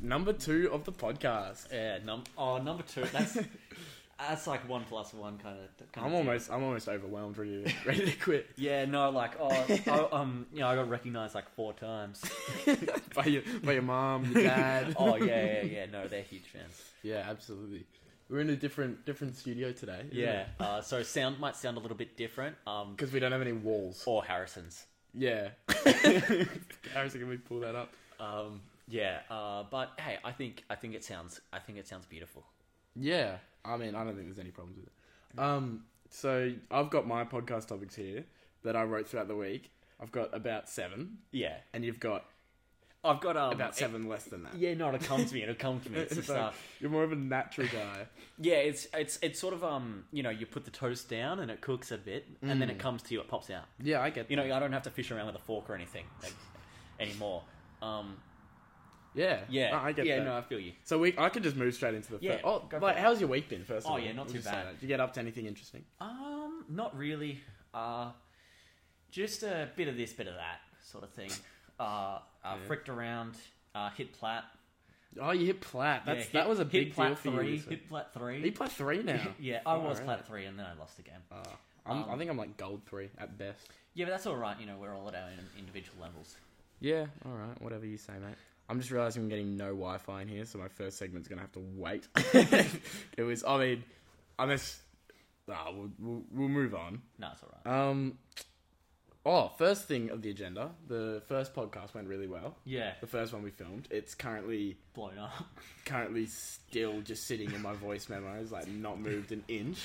number two of the podcast. Yeah, num- oh, number two. That's that's like one plus one kind of. Kind I'm almost, I'm almost overwhelmed, ready to, ready to quit. Yeah, no, like oh, oh, um, you know, I got recognized like four times. by your, by your mom, your dad. oh yeah, yeah, yeah. No, they're huge fans. Yeah, absolutely. We're in a different, different studio today. Yeah. Uh, so sound might sound a little bit different. Um, because we don't have any walls. or Harrison's. Yeah. Harrison, can we pull that up? Um, yeah. Uh, but hey, I think I think it sounds I think it sounds beautiful. Yeah, I mean, I don't think there's any problems with it. Um, so I've got my podcast topics here that I wrote throughout the week. I've got about seven, Yeah. and you've got I've got um about seven less than that. it- yeah, no, it'll come to me. It'll come to me. It's It's just, like, uh, you're more of a natural guy. yeah, it's it's it's sort of um you know you put the toast down and it cooks a bit and Mm. then it comes to you. It pops out. yeah, I get. You know, I don't have to fish around with a fork or anything like, anymore. Um, yeah, yeah, I, I get. yeah, that. no, I feel you. So we, I could just move straight into the Yeah, first. Oh, go for like, it. how's your week been? First. Oh, of all? yeah, not We'll too just say bad. that. Did you get up to anything interesting? Um, not really. Uh, just a bit of this, bit of that sort of thing. Uh, uh Yeah. fricked around, uh, hit plat. Oh, you hit plat. Yeah, That's hit- that was a hit big plat deal for three, you. this week. Hit plat three. Are you plat three now? yeah, I was Alright. plat three, and then I lost the game. Uh, I'm, I Um, think I'm like gold three at best. Yeah, but that's all right. You know, we're all at our in- individual levels. Yeah, all right, whatever you say, mate. I'm just realizing I'm getting no Wi-Fi in here, so my first segment's gonna have to wait. it was, I mean, unless ah, we'll, we'll we'll move on. No, it's all right. Um, oh, first thing of the agenda, the first podcast went really well. Yeah, The first one we filmed. It's currently blown up. currently still just sitting in my voice memos, like not moved an inch.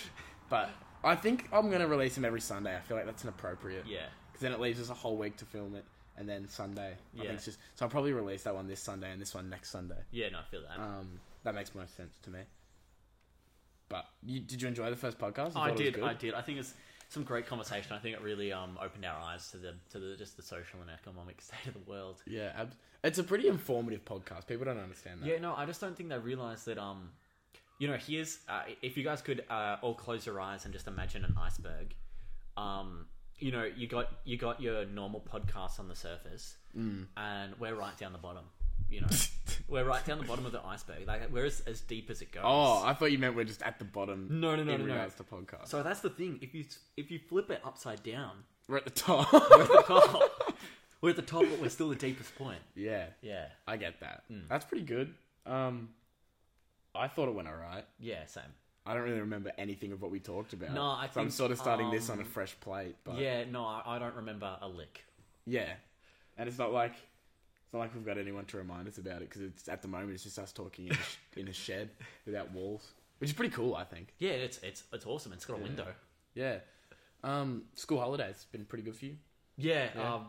But I think I'm gonna release them every Sunday. I feel like that's inappropriate. yeah, Because then it leaves us a whole week to film it, and then Sunday. I Yeah. think it's just so I'll probably release that one this Sunday and this one next Sunday. yeah. No, I feel that. Um, that makes more sense to me. But you, did you enjoy the first podcast? You thought I it was did. good? I did. I think it's some great conversation. I think it really um opened our eyes to the to the just the social and economic state of the world. Yeah, ab- it's a pretty informative podcast. People don't understand that. Yeah, no, I just don't think they realize that. Um, you know, here's uh, if you guys could uh, all close your eyes and just imagine an iceberg. Um, you know, you got you got your normal podcasts on the surface, and we're right down the bottom. You know, we're right down the bottom of the iceberg. Like we're as, as deep as it goes. Oh, I thought you meant we're just at the bottom. No, no, no, in no, no. regards to podcast. so that's the thing. If you if you flip it upside down, we're at the top. we're at the top. we're at the top, but we're still the deepest point. yeah, Yeah, I get that. Hmm. That's pretty good. Um, I thought it went alright. yeah, same. I don't really remember anything of what we talked about. No, I so I'm think, sort of starting this on a um, fresh plate. But Yeah, no, I, I don't remember a lick. Yeah, and it's not like it's not like we've got anyone to remind us about it because it's at the moment it's just us talking in a, sh- in a shed without walls, which is pretty cool, I think. Yeah, it's it's it's awesome. It's got a window. Yeah, um, school holidays been pretty good for you. Yeah, um,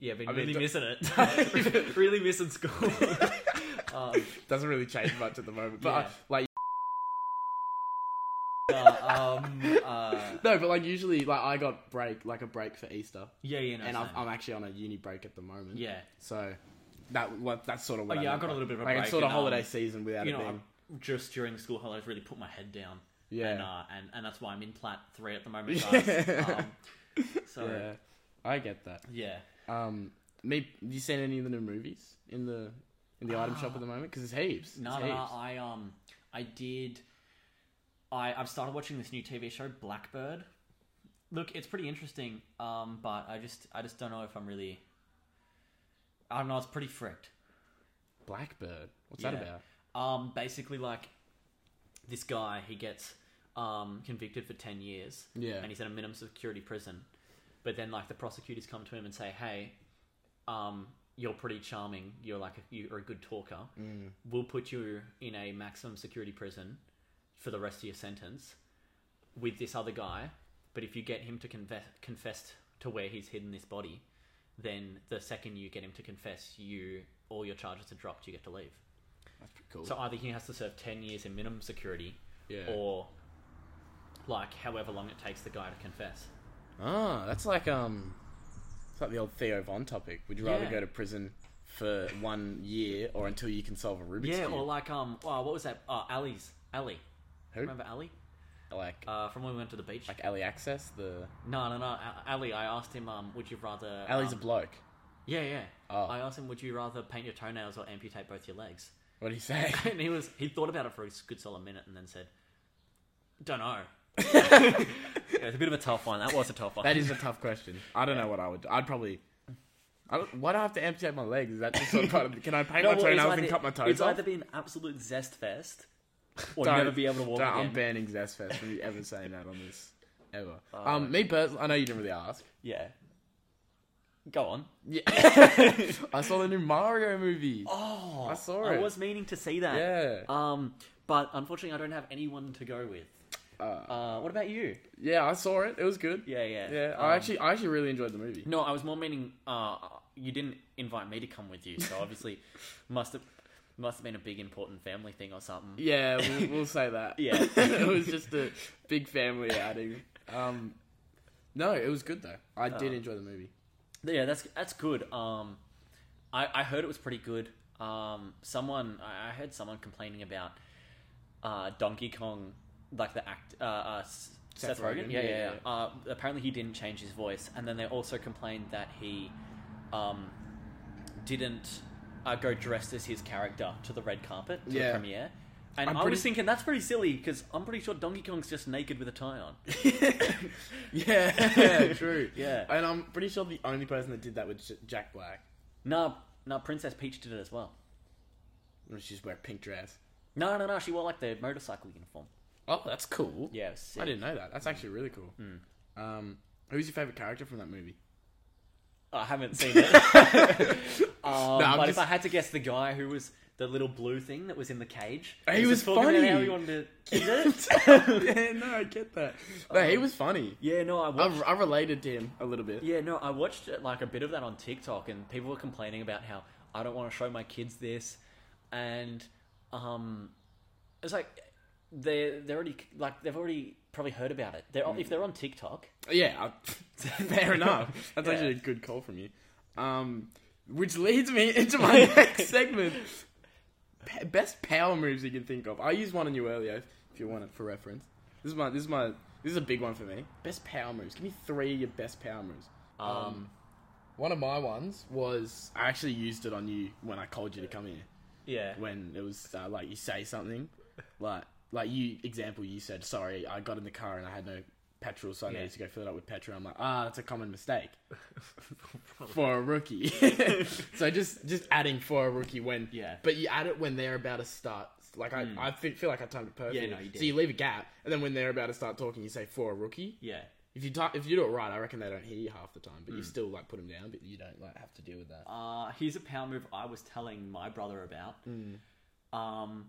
yeah, been I mean, really do- missing it. really missing school. um, Doesn't really change much at the moment, but I- Yeah. like uh, um, uh, no, but like usually like I got break like a break for Easter, yeah, you know, and I'm, Oh, same. I'm actually on a uni break at the moment. yeah, so. That, what- that's sort of what Oh, yeah, meant I got a by- little bit of a like, break It's sort of and, um, holiday season without you it know, being. I'm just during school holidays, really put my head down. Yeah. and uh, and, and that's why I'm in plat three at the moment, guys. um, so yeah, I get that. yeah. Um, maybe you seen any of the new movies in the in the item shop at the moment? Because it's heaps. No, it's no, heaps. no, I um, I did. I I've started watching this new TV show, Blackbird. Look, it's pretty interesting. Um, but I just I just don't know if I'm really. I don't know. It's pretty fricked. Blackbird. What's that Yeah. about? Um, basically, like this guy, he gets um convicted for ten years. Yeah. and he's in a minimum security prison. But then, like the prosecutors come to him and say, "Hey, um, you're pretty charming. You're like a, you're a good talker. We'll put you in a maximum security prison for the rest of your sentence with this other guy. But if you get him to confess confess to where he's hidden this body, then the second you get him to confess, you all your charges are dropped. You get to leave." That's pretty cool. So either he has to serve 10 years in minimum security, Yeah. or like however long it takes the guy to confess. ah, that's like um, it's like the old Theo Von topic. Would you rather Yeah. go to prison for one year or until you can solve a Rubik's Yeah, cube? or like, um, oh, what was that? Oh, Ali's. Ali. Who? Remember Ali? like Uh, from when we went to the beach? like Ali Access. The No, no, no. A- Ali, I asked him, um, would you rather. Ali's um, a bloke. Yeah, yeah. Oh. I asked him, would you rather paint your toenails or amputate both your legs? What do you say? and he was he thought about it for a good solid minute and then said, "Don't know." yeah, it's a bit of a tough one. That was a tough one. That is a tough question. I don't know what I would do. I'd probably. I don't, why do I have to amputate my legs? Is that just sort of part of Can I paint No, my well, it's toenails either- and cut my toes It's off? either be an absolute zest fest, or Don't- never be able to walk don't- again. I'm banning Zest Fest from you ever saying that on this. Ever. Oh, um, me personally, I know you didn't really ask. yeah. Go on. Yeah. I saw the new Mario movie. Oh, I saw I it. was meaning to see that. Yeah. Um, but unfortunately, I don't have anyone to go with. Uh, what about you? Yeah, I saw it. It was good. Yeah, yeah. Yeah, Um, I actually, I actually really enjoyed the movie. No, I was more meaning uh, you didn't invite me to come with you, so obviously must have must have been a big important family thing or something. Yeah, we'll, we'll say that. Yeah. it was just a big family outing. Um, no, it was good though. I Oh. did enjoy the movie. Yeah, that's that's good. Um, I I heard it was pretty good. Um, someone I I heard someone complaining about uh, Donkey Kong, like the act. Uh, uh, S- Seth, Seth Rogen, Rogen? yeah, yeah. Yeah, yeah. Uh, apparently, he didn't change his voice, and then they also complained that he um, didn't uh, go dressed as his character to the red carpet to Yeah. the premiere. And I'm I pretty- was thinking that's pretty silly because I'm pretty sure Donkey Kong's just naked with a tie on. yeah, true. Yeah. and I'm pretty sure the only person that did that was J- Jack Black. no, no, Princess Peach did it as well. When she just wear a pink dress. No, no, no. She wore like the motorcycle uniform. Oh, that's cool. Mm. Yeah, it was sick. I didn't know that. That's actually really cool. Um, who's your favorite character from that movie? I haven't seen it. um, I'm but just- if I had to guess, the guy who was the little blue thing that was in the cage, He was just talking about funny. how he wanted to kill it. yeah, no, I get that. Um, No, he was funny. yeah, no, I I, watched. I related to him a little bit. Yeah, no, I watched uh, like a bit of that on TikTok, and people were complaining about how I don't want to show my kids this, and um, it's like they they're already like they've already probably heard about it. They're on if they're on TikTok. Yeah, I, fair enough. That's Yeah. actually a good call from you. Um, which leads me into my next segment. P- best power moves you can think of. I used one on you earlier, if you want it for reference. This is my, this is my, this is a big one for me. Best power moves. Give me three of your best power moves. Um, One of my ones was I actually used it on you when I called you to come here. yeah, When it was uh, like you say something, like like you example you said sorry I got in the car and I had no petrol so I Yeah. needed to go fill it up with petrol. I'm like ah that's a common mistake for a rookie. so just just adding for a rookie when Yeah. Hmm. but you add it when they're about to start. Like I, I fe- feel like I timed it perfectly. no, you So did. you leave a gap and then when they're about to start talking you say for a rookie. yeah. If you ta- if you do it right, I reckon they don't hear you half the time, Hmm. but you still like put them down, but you don't like have to deal with that. Uh, here's a power move I was telling my brother about. Um,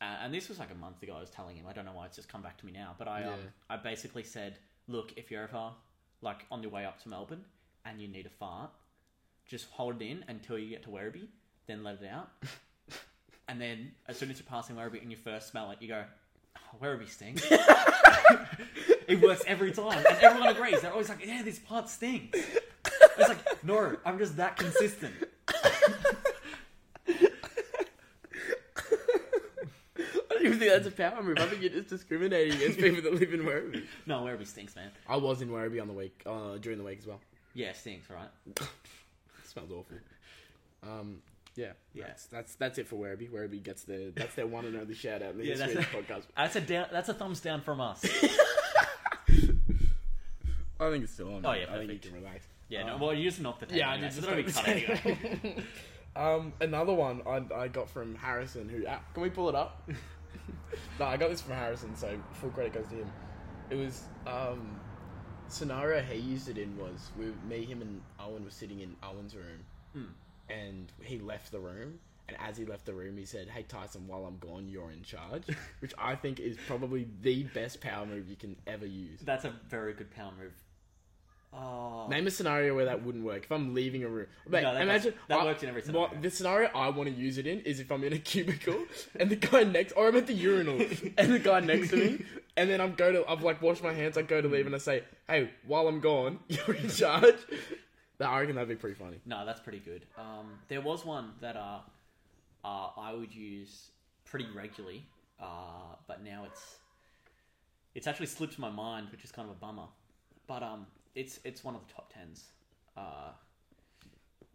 a- and this was like a month ago. I was telling him. I don't know why it's just come back to me now. But I, um, Yeah. I basically said, look, if you're ever like on your way up to Melbourne and you need a fart, just hold it in until you get to Werribee, then let it out. and then as soon as you're passing Werribee and you first smell it, you go, oh, Werribee stinks. it works every time, and everyone agrees. They're always like, yeah, this part stinks. It's like, no, I'm just that consistent. I don't even think that's a power move. I think you're just discriminating against people that live in Werribee. No, Werribee stinks, man. I was in Werribee on the week uh, during the week as well. Yeah, it stinks, right? It smells awful. Um, yeah, Yeah. That's, that's that's it for Werribee. Werribee gets their that's their one and only shout out in the Yeah, history that's- of the podcast. That's a down, that's a thumbs down from us. I think it's still on. Oh, yeah, I think you can perfect. relax. Yeah, no, Um, well, you just knocked the table. Yeah, I anyway, did so just don't knock be cut the table. anyway. Um, another one I, I got from Harrison. Who ah, can we pull it up? no, I got this from Harrison, so full credit goes to him. It was um, scenario he used it in was we, me, him, and Owen were sitting in Owen's room, and he left the room. And as he left the room, he said, "Hey Tyson, while I'm gone, you're in charge," which I think is probably the best power move you can ever use. That's a very good power move. Oh, Name a scenario where that wouldn't work. If I'm leaving a room, Mate, that imagine does- that I- works in every scenario. what- the scenario I want to use it in is if I'm in a cubicle and the guy next, or I'm at the urinal and the guy next to me, and then I'm go to, I've like washed my hands, I go to leave, and I say, "Hey, while I'm gone, you're in charge." That I reckon that'd be pretty funny. no, that's pretty good. Um, there was one that uh, uh, I would use pretty regularly, uh, but now it's it's actually slipped my mind, which is kind of a bummer. But um, it's it's one of the top tens. Uh,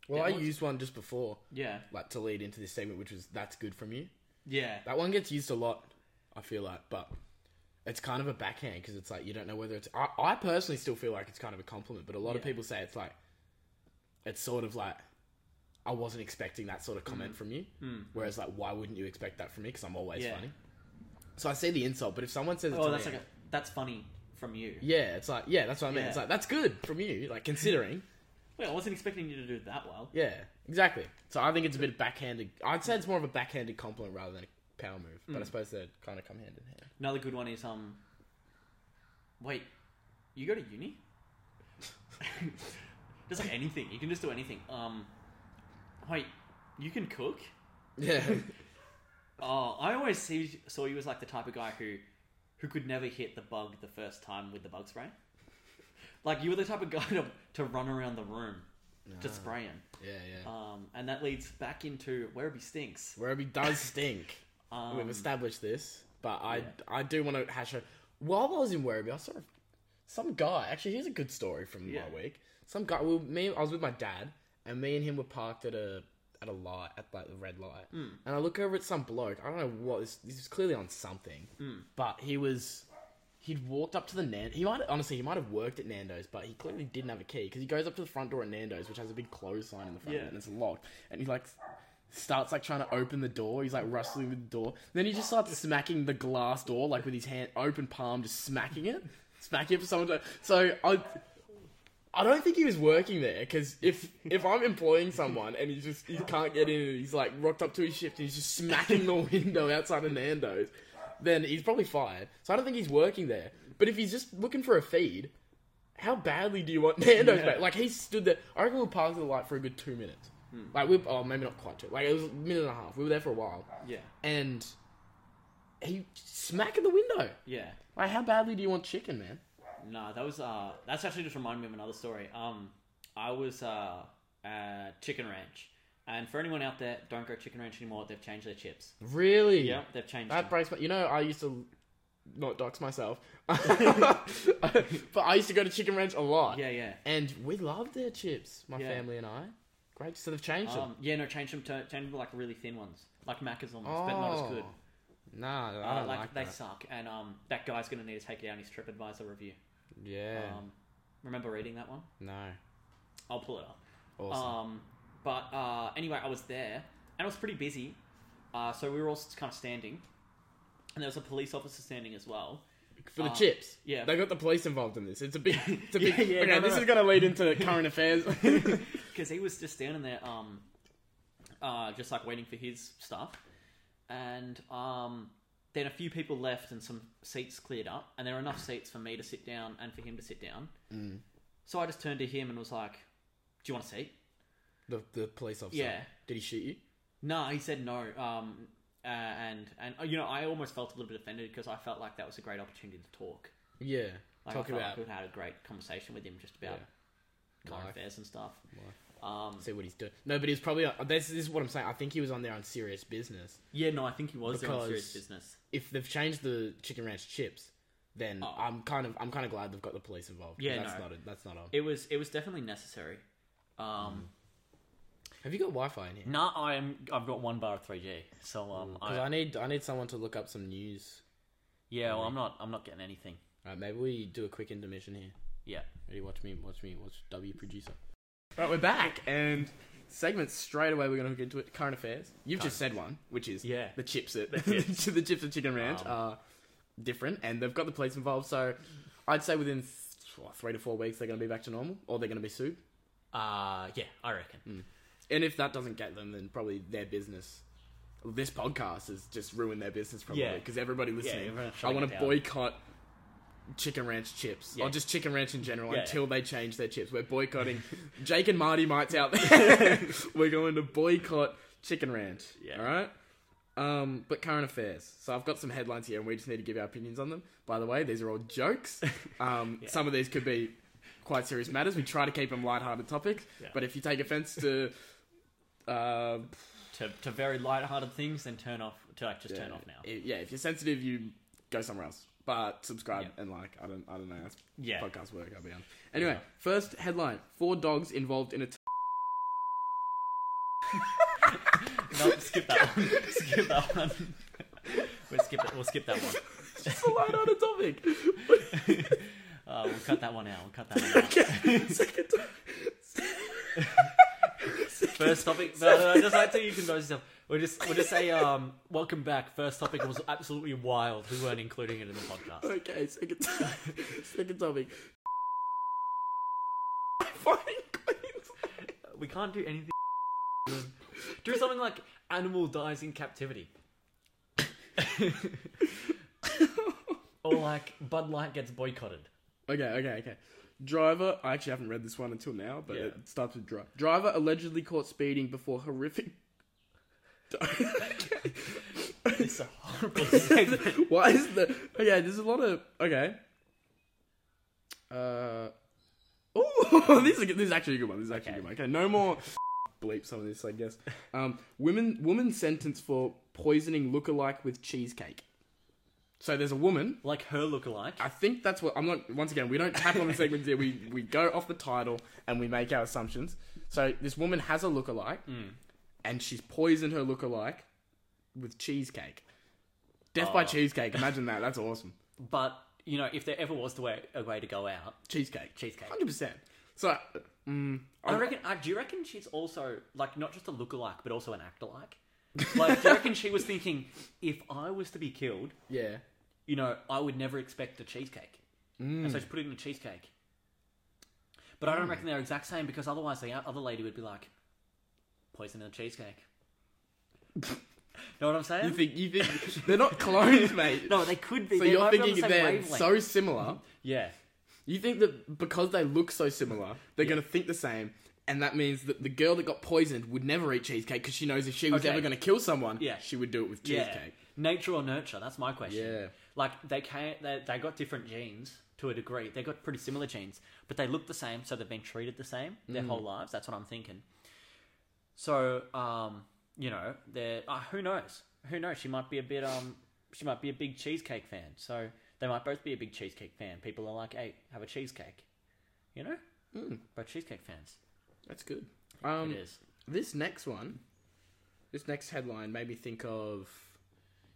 Well, Yeah, I what's- used one just before, Yeah. like to lead into this segment, which was that's good from you. Yeah. That one gets used a lot, I feel like, but it's kind of a backhand because it's like you don't know whether it's. I, I personally still feel like it's kind of a compliment, but a lot of Yeah. people say it's like, it's sort of like, I wasn't expecting that sort of comment from you. Whereas, like, why wouldn't you expect that from me? Because I'm always Mm. Yeah. funny. So I see the insult, but if someone says, it Oh, to that's me, like a, that's funny from you. yeah, it's like, yeah, that's what I mean. Yeah. It's like that's good from you, like considering. Wait, I wasn't expecting you to do it that well. Yeah, exactly. So I think it's a bit backhanded. I'd say it's more of a backhanded compliment rather than a power move, Mm. but I suppose they kind of come hand in hand. Another good one is um. Wait, you go to uni? just like anything, you can just do anything. Um, wait, you can cook? Yeah. Oh, I always see, saw you as like the type of guy who, who could never hit the bug the first time with the bug spray. Like you were the type of guy to, to run around the room, to spray him. yeah, yeah. Um, and that leads back into Werribee stinks. Werribee does stink. Um, We've established this, but I yeah. I do want to hash out. While I was in Werribee, I saw some guy. Actually, here's a good story from Yeah. my week. Some guy. Well, me. I was with my dad, and me and him were parked at a at a light at like the red light, Hmm. and I look over at some bloke. I don't know what this. This is clearly on something, Hmm. but he was. He'd walked up to the Nan. He might honestly, he might have worked at Nando's, but he clearly didn't have a key because he goes up to the front door at Nando's, which has a big closed sign in the front, of Yeah. it, and it's locked. And he like starts like trying to open the door. He's like rustling with the door. Then he just starts smacking the glass door like with his hand open palm, just smacking it, smacking it for someone to. So I, I don't think he was working there because if if I'm employing someone and he just he can't get in, and he's like rocked up to his shift and he's just smacking the window outside of Nando's, then he's probably fired. So I don't think he's working there. But if he's just looking for a feed. How badly do you want Nando's Yeah. back? Like he stood there. I reckon we were parked at the light for a good two minutes. Like we, oh maybe not quite two. Like it was a minute and a half. We were there for a while, yeah, and he smacked at the window. yeah. Like how badly do you want chicken, man? Nah, that was uh that's actually just reminded me of another story. Um I was uh at Chicken Ranch. And for anyone out there, don't go Chicken Ranch anymore, they've changed their chips. Really? Yep, they've changed That them. breaks my. You know, I used to not dox myself, but I used to go to Chicken Ranch a lot. Yeah, yeah. And we loved their chips, my Yeah. family and I. Great. So they've changed them. Um, yeah, no, change them to change them to like really thin ones. Like Macca's almost, but not as good. Oh, Nah, Uh, I don't like, like, they that. suck. And um that guy's gonna need to take down his TripAdvisor review. Yeah. Um remember reading that one? no. I'll pull it up. Awesome. Um, but uh, anyway, I was there and it was pretty busy. Uh, so we were all s- kind of standing. And there was a police officer standing as well. For the uh, chips. yeah. They got the police involved in this. It's a big. It's a big Yeah, yeah, okay, no, no, this no. is going to lead into current affairs. Because he was just standing there, um, uh, just like waiting for his stuff. And um, then a few people left and some seats cleared up. And there were enough seats for me to sit down and for him to sit down. So I just turned to him and was like, Do you want a seat? the, the police officer. Yeah. Did he shoot you? No, he said no. Um, uh, and and uh, you know, I almost felt a little bit offended because I felt like that was a great opportunity to talk. Yeah. Like, Talk I felt about like we had a great conversation with him just about current Life. affairs and stuff. Life. Um, see what he's doing. No, but he was probably. On, this, this is what I'm saying. I think he was on there on serious business. yeah, no, I think he was doing Because- serious business. If they've changed the chicken ranch chips, then Oh. I'm kind of I'm kind of glad they've got the police involved. 'cause Yeah, that's no. not a, that's not on. It was it was definitely necessary. Um, Have you got Wi-Fi in here? nah, I'm I've got one bar of three G, so um, Because Mm. I need I need someone to look up some news. yeah, well, I'm not I'm not getting anything. All right, maybe we do a quick intermission here. Yeah. Ready? Watch me, watch me, watch W producer. All right, we're back and segment straight away. We're gonna hook into it. Current affairs. You've just said one, which is Yeah. the chips at the The chips. chips, the chips at Chicken Ranch Um, are different, and they've got the police involved. So I'd say within th- what, three to four weeks they're gonna be back to normal, or they're gonna be sued. Uh, yeah, I reckon. Mm. And if that doesn't get them, then probably their business. This podcast has just ruined their business probably Yeah. because everybody listening. everyone's I shutting want it to down. boycott Chicken Ranch chips Yeah. or just Chicken Ranch in general Yeah. until they change their chips. We're boycotting Jake and Marty Mites out there. We're going to boycott Chicken Ranch. Yeah. All right. Um, but current affairs. So I've got some headlines here, and we just need to give our opinions on them. By the way, these are all jokes. Um, Some of these could be quite serious matters. We try to keep them lighthearted topics, Yeah. but if you take offence to uh, To to very light-hearted things, then turn off. To like just turn off now. i- yeah, if you're sensitive, you go somewhere else. But subscribe Yeah. and like. I don't. I don't know. That's yeah. podcast work. I'll be honest. Anyway, Yeah. first headline: Four dogs involved in a No, skip that one. skip that one. we'll skip it. We'll skip that one. It's just a light on a topic. Uh, we'll cut that one out. We'll cut that one out. okay. Second topic. First topic. No, no, no. Just like to you can go yourself. We'll just we'll just say um, welcome back. First topic was absolutely wild. We weren't including it in the podcast. Okay, second topic. second topic. Fine, Queensland. We can't do anything. Do something like animal dies in captivity. or like Bud Light gets boycotted. Okay, okay, okay. Driver, I actually haven't read this one until now, but Yeah. it starts with drive. Driver allegedly caught speeding before horrific. okay. It's a horrible segment. Why is the okay? There's a lot of okay. Uh, oh, this is a good, this is actually a good one. This is actually a good one. Okay, no more bleep some of this, I guess. Um, women woman sentenced for poisoning lookalike with cheesecake. So there's a woman. Like her lookalike. I think that's what I'm not. Once again, we don't tap on the segments here. We we go off the title and we make our assumptions. So this woman has a lookalike, Hmm. and she's poisoned her lookalike with cheesecake. Death by Oh. cheesecake. Imagine that. That's awesome. But you know, if there ever was the way, a way to go out, Cheesecake. cheesecake. Hundred percent. So, mm, I I- reckon. Uh, do you reckon she's also like not just a lookalike, but also an actor-like? Like, do you reckon she was thinking, if I was to be killed, yeah. you know, I would never expect a cheesecake, and Mm. so she put it in a cheesecake. But I don't reckon they're exact same because otherwise the other lady would be like, poison in the cheesecake. know what I'm You saying? think you think they're not clones, mate? Um, no, they could be. So They you're might be on the thinking same they're wavelength. so similar. yeah. You think that because they look so similar, they're going to think the same, and that means that the girl that got poisoned would never eat cheesecake because she knows if she was Okay. ever going to kill someone, Yeah. she would do it with Yeah. cheesecake. Nature or nurture? That's my question. Yeah. Like they can they, they got different genes to a degree. They got pretty similar genes, but they look the same, so they've been treated the same their Mm. whole lives. That's what I'm thinking. So, um, you know, they uh, who knows? Who knows? She might be a bit um she might be a big cheesecake fan. So they might both be a big cheesecake fan. People are like, "Hey, have a cheesecake." You know? Mm. But cheesecake fans. That's good. Hmm. Um, it is. this next one, this next headline made me think of,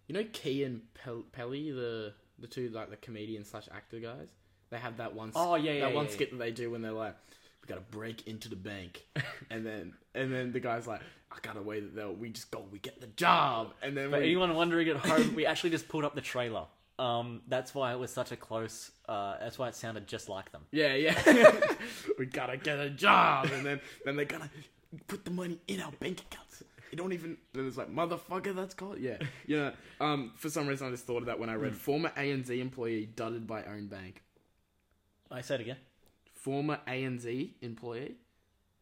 you know, Key and Pel- Pelly, the the two like the comedian slash actor guys. They have that one. s- Oh, yeah, yeah, that one yeah, skit that they do when they're like, "We gotta break into the bank," and then and then the guy's like, "I got a way that they'll we just go, we get the job," and then For we, anyone wondering at home, we actually just pulled up the trailer. Um, that's why it was such a close. Uh, that's why it sounded just like them. Yeah, yeah. we gotta get a job, and then then they're gonna put the money in our bank accounts. You don't even. Then it's like motherfucker, that's called yeah. You know, um, for some reason I just thought of that when I read former ANZ employee dudded by own bank. I said again. Former ANZ employee,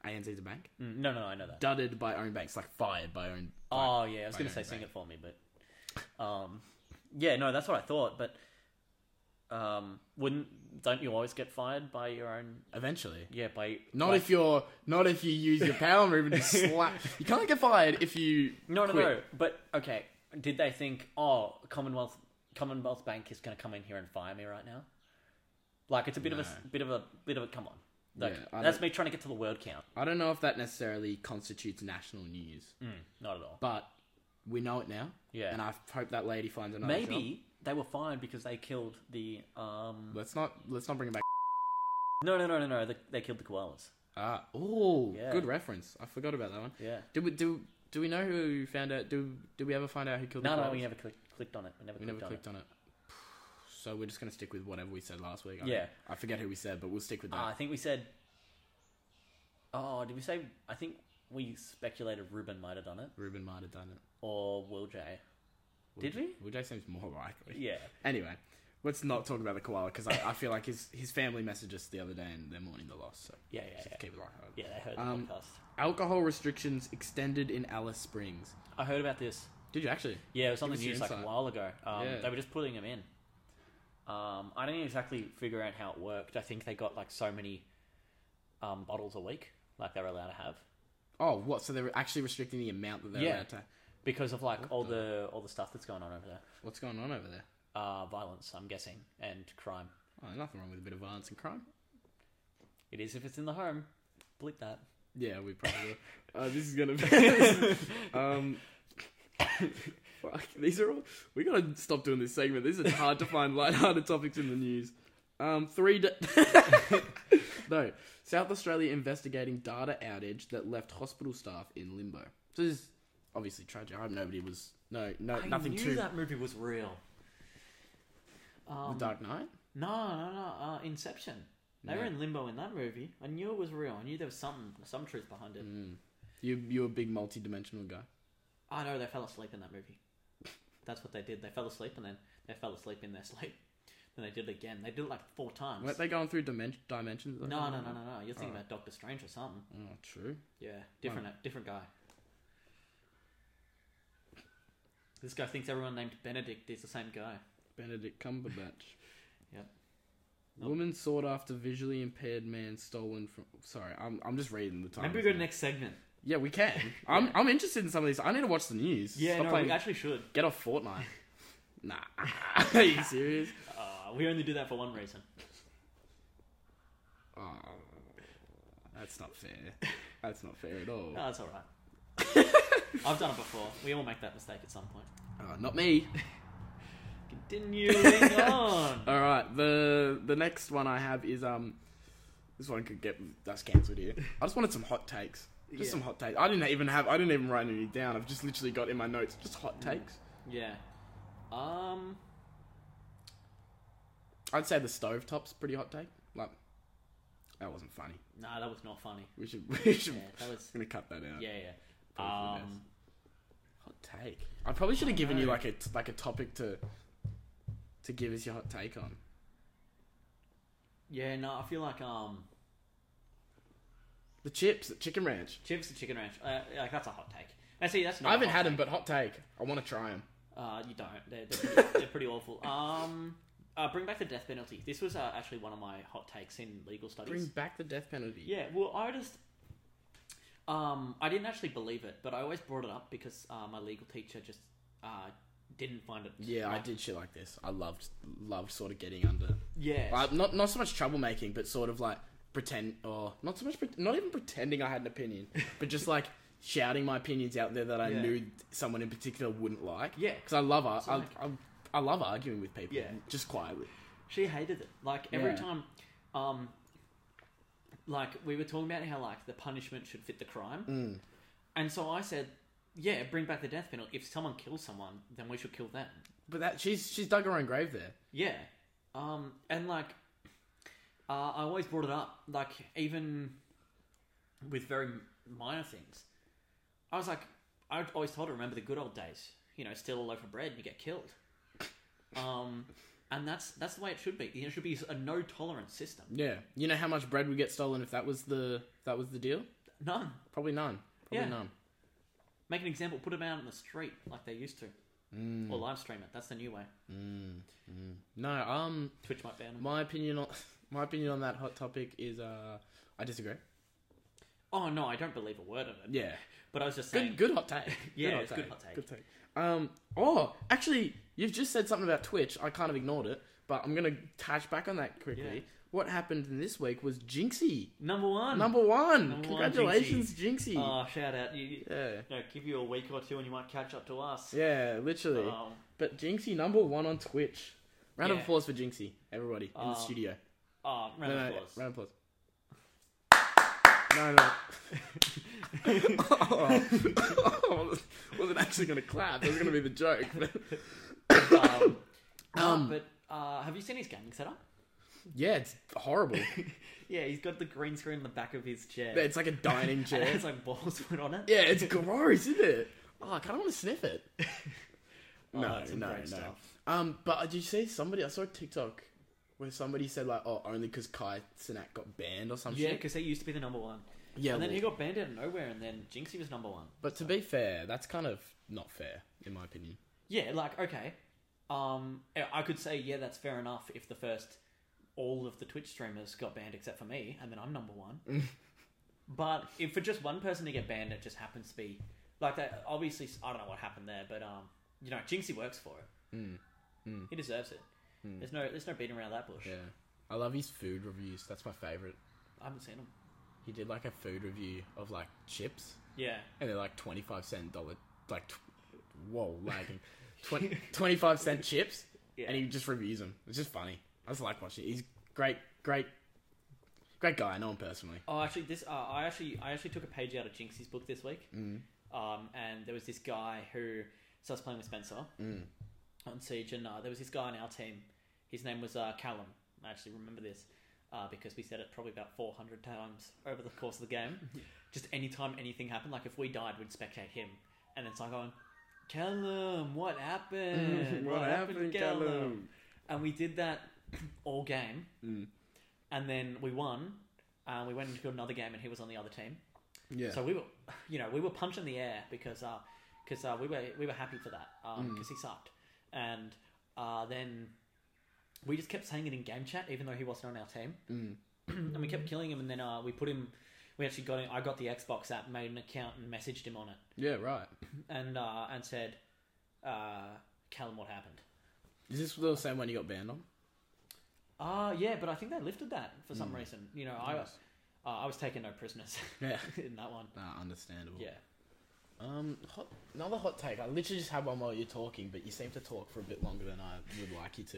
ANZ's a bank, Mm, no, no, no, I know that. dudded by own bank. It's like fired by own. Oh yeah, I was gonna Right, say right, sing right. it for me, but um, yeah, no, that's what I thought. But um, wouldn't don't you always get fired by your own? Eventually. Yeah, by Not by- if you're not if you use your power move and just slap. You can't get fired if you no, no, quit. no. But okay, did they think oh Commonwealth Commonwealth Bank is gonna come in here and fire me right now? Like it's a bit of a No. bit of a bit of a come on. Like, Yeah, I that's don't- me trying to get to the word count. I don't know if that necessarily constitutes national news. Mm, not at all. but we know it now. Yeah. And I hope that lady finds another job. Maybe they were fired because they killed the um. Let's not let's not bring it back. No, no, no, no, no. They, they killed the koalas. Ah, oh, Yeah. good reference. I forgot about that one. Yeah. Do we do do we know who found out? Do do we ever find out who killed? No, the no, koalas? we never click, clicked on it. We never We clicked never on clicked on it. So we're just gonna stick with whatever we said last week. I- Yeah. I forget who we said, but we'll stick with it. that. Ah, I think we said. Oh, did we say? I think we speculated Ruben might have done it Ruben might have done it. or Will J. Did we? Will J seems more likely. Yeah. Anyway, let's not talk about the koala because I, I feel like his his family messaged us the other day and they're mourning the loss. So Yeah, yeah, just yeah. keep it light. Yeah, they heard the Um, podcast. Alcohol restrictions extended in Alice Springs. I heard about this. Did you actually? Yeah, it was on the Give us your news like a insight. while ago. Um, Yeah. They were just putting them in. Um, I didn't exactly figure out how it worked. I think they got like so many um, bottles a week, like they were allowed to have, Oh, what? So they're actually restricting the amount that they're Yeah. allowed to. because of like all the all the stuff that's going on over there, What's going on over there? uh, violence, I'm guessing, and crime. Oh, nothing wrong with a bit of violence and crime. It is if it's in the home. Bleep that. Yeah, we probably will. Uh, this is gonna be. um, fuck, these are all. We gotta stop doing this segment. These are hard to find lighthearted topics in the news. Um, three. Da- no, South Australia investigating data outage that left hospital staff in limbo. So this is obviously tragic. I hope nobody was. No, no, I nothing knew too. that movie was real. Um, The Dark Knight. No, no, no. Uh, Inception. They were Yeah. in limbo in that movie. I knew it was real. I knew there was some some truth behind it. Mm. You, you're a big multi-dimensional guy. I know Oh, they fell asleep in that movie. That's what they did. They fell asleep and then they fell asleep in their sleep. Then they did it again. They did it like four times. Weren't they Oh. going through dimension dimensions? No, no, no, no, no. You're thinking Alright. about Doctor Strange or something. Oh, true. Yeah, different, uh, different guy. This guy thinks everyone named Benedict is the same guy. Benedict Cumberbatch. Yep. Woman sought after visually impaired man stolen from. Sorry, I'm, I'm just reading the time. Maybe we go to next segment. Yeah, we can. I'm, I'm interested in some of these. I need to watch the news. Yeah, Stop no, playing- we actually should. Get off Fortnite. nah. Are you serious? Uh, we only do that for one reason. Oh, that's not fair. That's not fair at all. No, that's all right. I've done it before. We all make that mistake at some point. Oh, not me. Continuing on. All right. The the next one I have is um, this one could get that's cancelled here. I just wanted some hot takes. Just Yeah. some hot takes. I didn't even have. I didn't even write any down. I've just literally got in my notes just hot Mm. takes. Yeah. Um. I'd say the stovetop's pretty hot take. Like that wasn't funny. Nah, that was not funny. We should. We should. Yeah, that was. I'm gonna cut that out. Yeah, yeah. Probably Um, Hot take. I probably should have given you know. like a t- like a topic to to give us your hot take on. yeah, no, I feel like um, The chips at Chicken Ranch. chips and chicken ranch. Uh, like that's a hot take. I see. That's not. I a haven't hot had take. them, but hot take. I want to try them. Uh, you don't. They're, they're, pretty, they're pretty awful. Um, uh, bring back the death penalty. This was uh, actually one of my hot takes in legal studies. Bring back the death penalty. Yeah, well, I just, um, I didn't actually believe it, but I always brought it up because uh, my legal teacher just uh, didn't find it. Yeah, I like- did shit like this. I loved loved sort of getting under, Yeah, like, not not so much troublemaking, but sort of like pretend or not so much, pre- not even pretending I had an opinion, but just like shouting my opinions out there that I Yeah. knew someone in particular wouldn't like. Yeah. because I love ar- So, I, like- I, I love arguing with people. Yeah. just quietly. she hated it. Like every Yeah. time, um, like we were talking about how like the punishment should fit the crime, Mm. and so I said, yeah, bring back the death penalty. If someone kills someone, then we should kill them. But that she's she's dug her own grave there. Yeah, um, and like, uh, I always brought it up. Like even with very minor things, I was like, I always told her, remember the good old days. You know, steal a loaf of bread and you get killed. Um, and that's that's the way it should be. It should be a no tolerance system. Yeah, you know how much bread would get stolen if that was the if that was the deal? None. Probably none. Probably Yeah. none. Make an example. Put them out on the street like they used to, Mm, or live stream it. That's the new way. mm, mm. No, um, Twitch might ban them. my opinion on my opinion on that hot topic is uh, I disagree. Oh no, I don't believe a word of it. Yeah, But I was just saying. good good hot take. Yeah, hot it's take. good hot take. Good take. Um, oh, actually, you've just said something about Twitch. I kind of ignored it, but I'm gonna touch back on that quickly. Yeah. What happened this week was Jinxie Number one. number one. Number one, Congratulations, Jinxie. Oh, shout out. You, yeah, you know, give you a week or two and you might catch up to us. yeah, literally. Um, But Jinxie number one on Twitch. Round of Yeah. applause for Jinxie, everybody in the Um, studio. oh, round No, of no, applause. round of applause. No, no. oh, I wasn't actually going to clap. That was going to be the joke. um, ah, Um, but uh, have you seen his gaming setup? yeah, it's horrible. Yeah, he's got the green screen on the back of his chair. It's like a dining And it chair. has like balls put on it. Yeah, it's gross, isn't it? Oh, I kind of want to sniff it. Oh, no, it's some no, no. great stuff. Um, but did you see somebody? I saw a TikTok where somebody said like, "Oh, only because Kai Sinak got banned or some Yeah, shit." because he used to be the number one. Yeah, and then well- he got banned out of nowhere, and then Jinxie was number one. But to be fair, that's kind of not fair, in my opinion. Yeah, like, okay. Um, I- I could say, yeah, that's fair enough if the first all of the Twitch streamers got banned except for me, and then I'm number one. but if for just one person to get banned, it just happens to be like that. Obviously, I don't know what happened there, but um, you know, Jinxie works for it. Mm. He deserves it. Hmm. There's no, there's no beating around that bush. Yeah, I love his food reviews. That's my favorite. I haven't seen him. he did like a food review of like chips, Yeah. and they're like twenty five cent dollar, like tw- whoa, lagging, 20, 25 cent chips, Yeah. and he just reviews them. It's just funny. I just like watching. it. He's great, great, great guy. I know him personally. Oh, actually, this uh, I actually I actually took a page out of Jinxie's book this week. Um, and there was this guy who so I was playing with Spencer on Siege, and uh, there was this guy on our team. His name was uh, Callum. I actually remember this uh, because we said it probably about four hundred times over the course of the game. Just anytime anything happened, like if we died, we'd spectate him, and it's like going, Callum, what happened? And we did that all game. Mm. And then we won. And we went into another game and he was on the other team. Yeah. So we were, you know, we were punching the air because uh, cause, uh, we, were, we were happy for that because Mm. he sucked. And uh, then we just kept saying it in game chat, even though he wasn't on our team. Mm. and we kept killing him. And then uh, we put him, we actually got him, I got the Xbox app, made an account, and messaged him on it yeah. Right. and uh, and said, uh, Callum, what happened? Is this the same one you got banned on? Uh, yeah, but I think they lifted that for Hmm. some reason. You know, I was uh, I was taking no prisoners Yeah. in that one. Nah, understandable. Yeah. Um, hot, another hot take. I literally just had one while you're talking, but you seem to talk for a bit longer than I would like you to.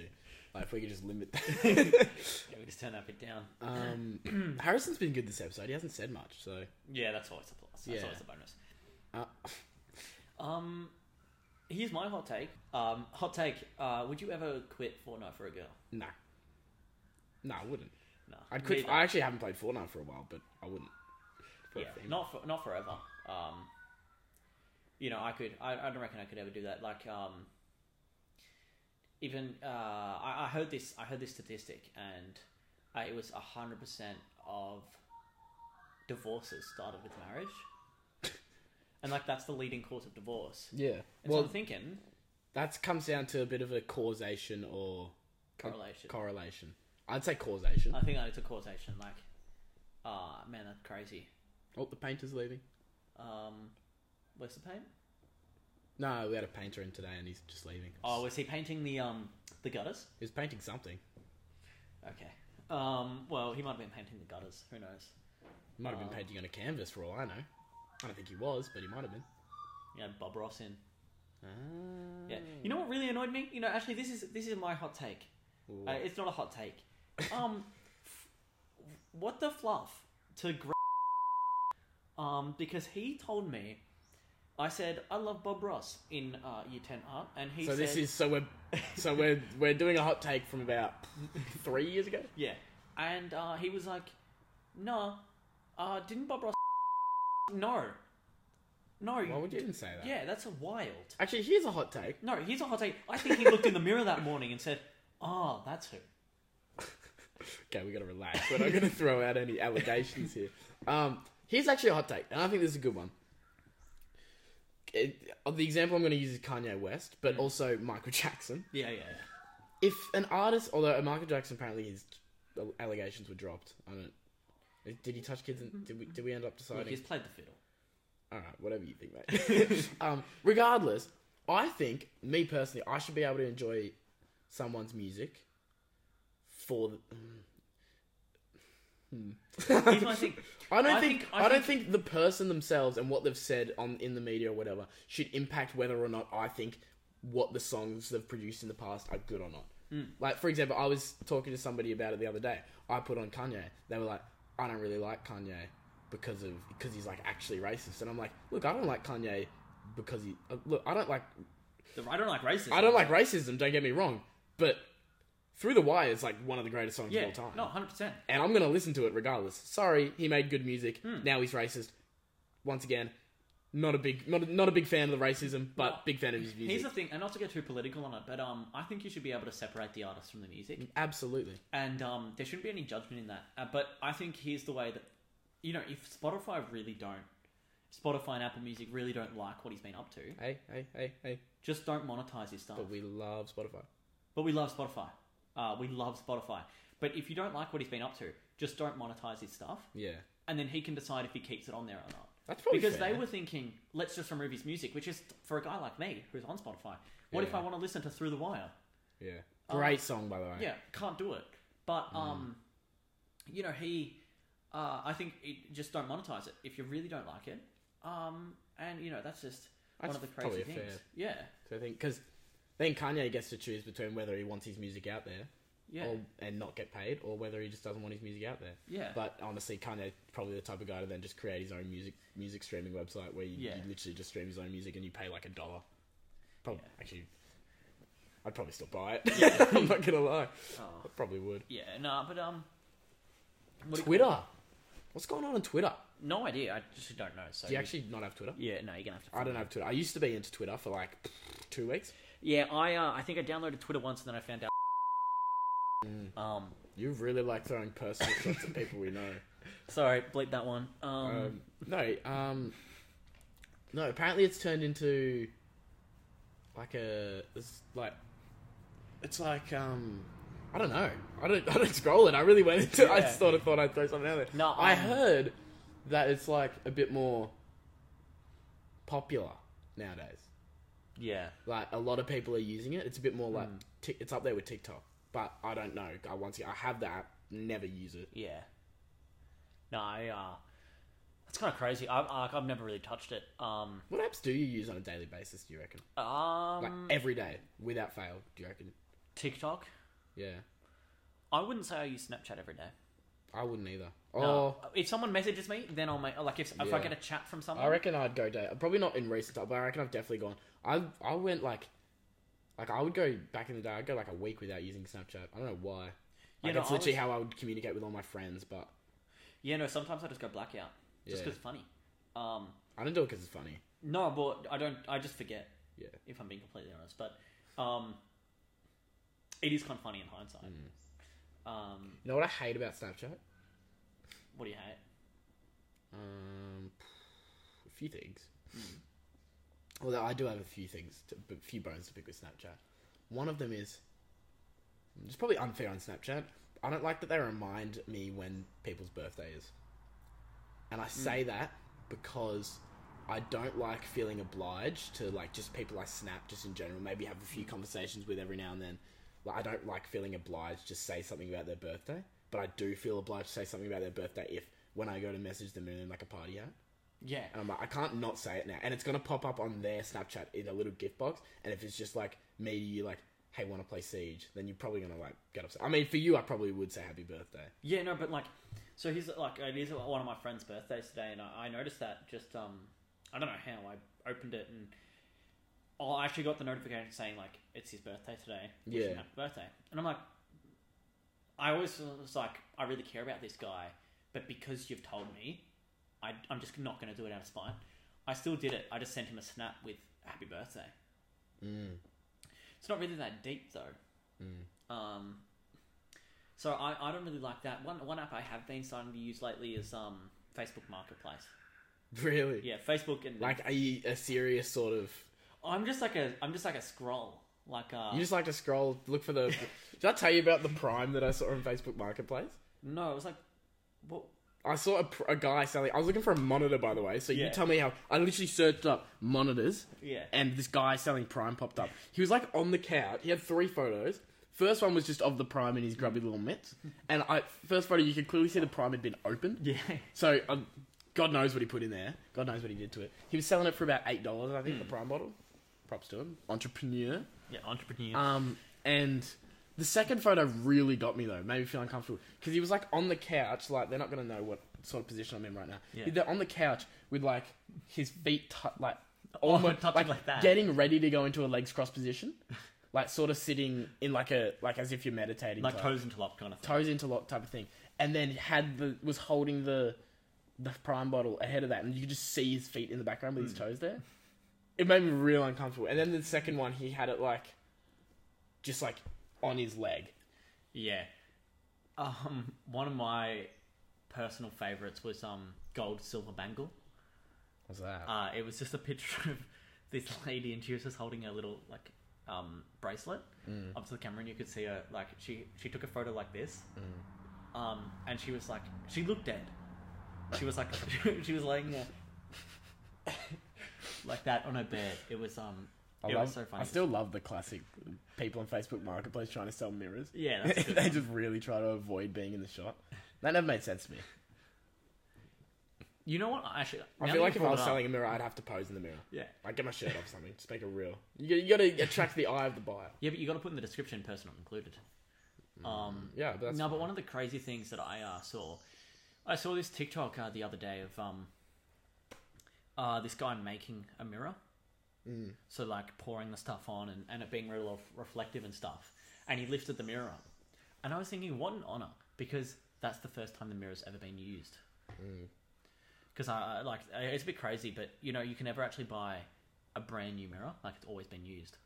Like, if we could just limit that. yeah, we just turn that bit down. um, Harrison's been good this episode. He hasn't said much, so Yeah, that's always a plus. That's Yeah. always a bonus. uh, Um, here's my hot take. Um, hot take. Uh, would you ever quit Fortnite for a girl? no, no, I wouldn't. No, I'd quit. neither. I actually haven't played Fortnite for a while, but I wouldn't. For a yeah, female. not for, not forever. Um, you know, I could. I, I don't reckon I could ever do that. Like, um, even uh, I, I heard this. I heard this statistic, and uh, it was hundred percent of divorces started with marriage, and like that's the leading cause of divorce. yeah. And so I'm Well, thinking that comes down to a bit of a causation or correlation. correlation. I'd say causation. I think that it's a causation. Like, ah, man, that's crazy. Oh, the painter's leaving. Um, where's the paint? No, we had a painter in today, and he's just leaving. Oh, was he painting the um the gutters? he was painting something. Okay. Um, well, he might have been painting the gutters. Who knows? Might have Um, been painting on a canvas for all I know. I don't think he was, but he might have been. You know, Bob Ross in. Ah. Yeah. You know what really annoyed me? You know, actually, this is this is my hot take. Uh, it's not a hot take. Um, f- what the fluff to Gr- Um, because he told me, I said I love Bob Ross in uh, Year Ten Art, and he so said, this is so we're so we're we're doing a hot take from about three years ago. yeah, and uh, he was like, no, uh, didn't Bob Ross? No, no, Why would you even say that? yeah, that's a wild. Actually, here's a hot take. No, here's a hot take. I think he looked in the mirror that morning and said, "Ah, that's who." Okay, we gotta relax. We're not gonna throw out any allegations here. Um, here's actually a hot take, and I think this is a good one. It, the example I'm gonna use is Kanye West, but also Michael Jackson. Yeah, yeah, if an artist, although Michael Jackson apparently his allegations were dropped, I don't. Did he touch kids? And, did we? Did we end up yeah. Look, deciding? he's played the fiddle. All right, whatever you think, mate. um, regardless, I think me personally, I should be able to enjoy someone's music for. The, mm. Here's my thing. I don't I think, think- I I, don't think, the person themselves and what they've said on in the media or whatever should impact whether or not I think what the songs they've produced in the past are good or not. Hmm. Like for example, I was talking to somebody about it the other day. I put on Kanye. They were like, "I don't really like Kanye because of because he's like actually racist." And I'm like, "Look, I don't like Kanye because he uh, look, I don't like The, I don't like racism. I don't like racism, don't get me wrong, but Through the Wire is like one of the greatest songs Yeah, of all time." no, hundred percent. and I'm gonna listen to it regardless. Sorry, he made good music. Hmm. Now he's racist. Once again, not a big not a, not a big fan of the racism, but No. big fan of his music. Here's the thing, and not to get too political on it, but um, I think you should be able to separate the artist from the music, Absolutely. and um, there shouldn't be any judgment in that. Uh, but I think here's the way that, you know, if Spotify really don't, Spotify and Apple Music really don't like what he's been up to, Hey, hey, hey, hey. just don't monetize his stuff. But we love Spotify. But we love Spotify. Uh, we love Spotify. But if you don't like what he's been up to, just don't monetize his stuff, Yeah, and then he can decide if he keeps it on there or not. that's probably because fair. they were thinking, let's just remove his music, which is for a guy like me who's on Spotify. What if Yeah. I want to listen to Through the Wire? Yeah, Oh. great song by the way. Mm. Yeah, can't do it. But um, you know, he Uh, I think it, just don't monetize it if you really don't like it. Um, and you know that's just That's one of the probably crazy things. fair. Yeah, So I think because then Kanye gets to choose between whether he wants his music out there yeah, or, and not get paid, or whether he just doesn't want his music out there. yeah. But honestly, Kanye's probably the type of guy to then just create his own music music streaming website where you, Yeah. you literally just stream his own music and you pay like a dollar. Probably Yeah. actually, I'd probably still buy it. Yeah. I'm not gonna lie, I oh, probably would. yeah, nah, but um, what do you- Twitter, what's going on on Twitter? no idea. I just don't know. So Do you we- actually not have Twitter? Yeah, no, you're gonna have to. I don't have Twitter. I used to be into Twitter for like two weeks. Yeah, I uh, I think I downloaded Twitter once and then I found out. Mm. Um, You really like throwing personal shots at people we know. sorry, bleep that one. Um, Um, no, um, no. Apparently, it's turned into like a it's like it's like um, I don't know. I don't I don't scroll it. I really went into. I Yeah. just thought I thought I'd throw something out there. No, I um, heard that it's like a bit more popular nowadays. yeah, Like a lot of people are using it. It's a bit more like Mm. Tik it's up there with TikTok. But I don't know. I once again, I have the app, never use it. yeah. No, I. Uh, it's kind of crazy. I've uh, I've never really touched it. Um, What apps do you use on a daily basis? Do you reckon? Like um, every day, without fail. Do you reckon? TikTok. Yeah, I wouldn't say I use Snapchat every day. I wouldn't either. No. Oh, If someone messages me, then I'll make like if, if I Yeah. get a chat from someone. I reckon I'd go day. Probably not in recent time, but I reckon I've definitely gone. I I went like, like I would go back in the day. I'd go like a week without using Snapchat. I don't know why. Like, no, it's I literally was- how I would communicate with all my friends, but Yeah, no. Sometimes I just go blackout just Yeah. because it's funny. Um, I don't do it because it's funny. no, but I don't. I just forget. Yeah. If I'm being completely honest, but um, it is kind of funny in hindsight. Um, You know what I hate about Snapchat? what do you hate? Um, a few things. Although I do have a few things, to, a few bones to pick with Snapchat. One of them is it's probably unfair on Snapchat. I don't like that they remind me when people's birthday is, and I say that because I don't like feeling obliged to like just people I snap just in general. Maybe have a few conversations with every now and then. Like I don't like feeling obliged to say something about their birthday, but I do feel obliged to say something about their birthday if when I go to message them in like a party app. Yeah. And I'm like, I can't not say it now. And it's gonna pop up on their Snapchat in a little gift box. And if it's just like me to you, like, hey, want to play Siege? Then you're probably gonna like get upset. I mean, for you, I probably would say happy birthday. Yeah, no, but like, so he's like, it is one of my friend's birthdays today, and I, I noticed that just, um, I don't know how, I opened it and I actually got the notification saying, like, it's his birthday today. Wish him Yeah. Happy birthday. And I'm like, I always was like, I really care about this guy, but because you've told me, I, I'm just not going to do it out of spite. I still did it. I just sent him a snap with happy birthday. Mm. It's not really that deep though. Um, so I, I don't really like that. One one app I have been starting to use lately is um Facebook Marketplace. Really? Yeah, Facebook and Like, are you a serious sort of? I'm just like a I'm just like a scroll. Like uh You just like to scroll, look for the. Did I tell you about the Prime that I saw on Facebook Marketplace? no, it was like what I saw a, pr- a guy selling. I was looking for a monitor, by the way. So Yeah. you tell me how. I literally searched up monitors. Yeah. And this guy selling Prime popped up. He was like on the couch. He had three photos. First one was just of the Prime in his grubby little mitts. And I first photo, you could clearly see the Prime had been opened. yeah So um, God knows what he put in there. God knows what he did to it. He was selling it for about eight dollars, I think, Hmm. the Prime bottle. Props to him, entrepreneur. yeah entrepreneur. Um, and the second photo really got me though, made me feel uncomfortable because he was like on the couch, like they're not gonna know what sort of position I'm in right now. Yeah. They're on the couch with like his feet tou like Oh, almost touching like, like that. getting ready to go into a legs cross position, like sort of sitting in like a like as if you're meditating, like type- toes interlocked kind of thing. toes interlocked type of thing, and then had the was holding the the prime bottle ahead of that, and you could just see his feet in the background with his toes there. It made me real uncomfortable. And then the second one, he had it like, just like on his leg. Yeah. Um one of my personal favorites was um gold silver bangle. What's that? Uh, it was just a picture of this lady, and she was just holding a little like um, bracelet Mm. up to the camera, and you could see her like she she took a photo like this, Mm. um, and she was like she looked dead. She was like she was laying there like that on her bed. It was um I it love, was so funny. I still love the classic people on Facebook Marketplace trying to sell mirrors. Yeah, that's a good they one. just really try to avoid being in the shot. That never made sense to me. You know what? Actually, now I that feel like you if I brought was it up- selling a mirror, I'd have to pose in the mirror. yeah, Like get my shirt off or something. Just make it real. You, got- you got to attract the eye of the buyer. yeah, but you got to put in the description, person not included. Mm. Um, Yeah, but that's no, but one of the crazy things that I uh, saw, I saw this TikTok uh, the other day of um, uh, this guy making a mirror. Mm. So like pouring the stuff on and, and it being real of- reflective and stuff. And he lifted the mirror up, and I was thinking, what an honor, because that's the first time the mirror's ever been used. Because I I- like I- it's a bit crazy, but you know you can never actually buy a brand new mirror like it's always been used.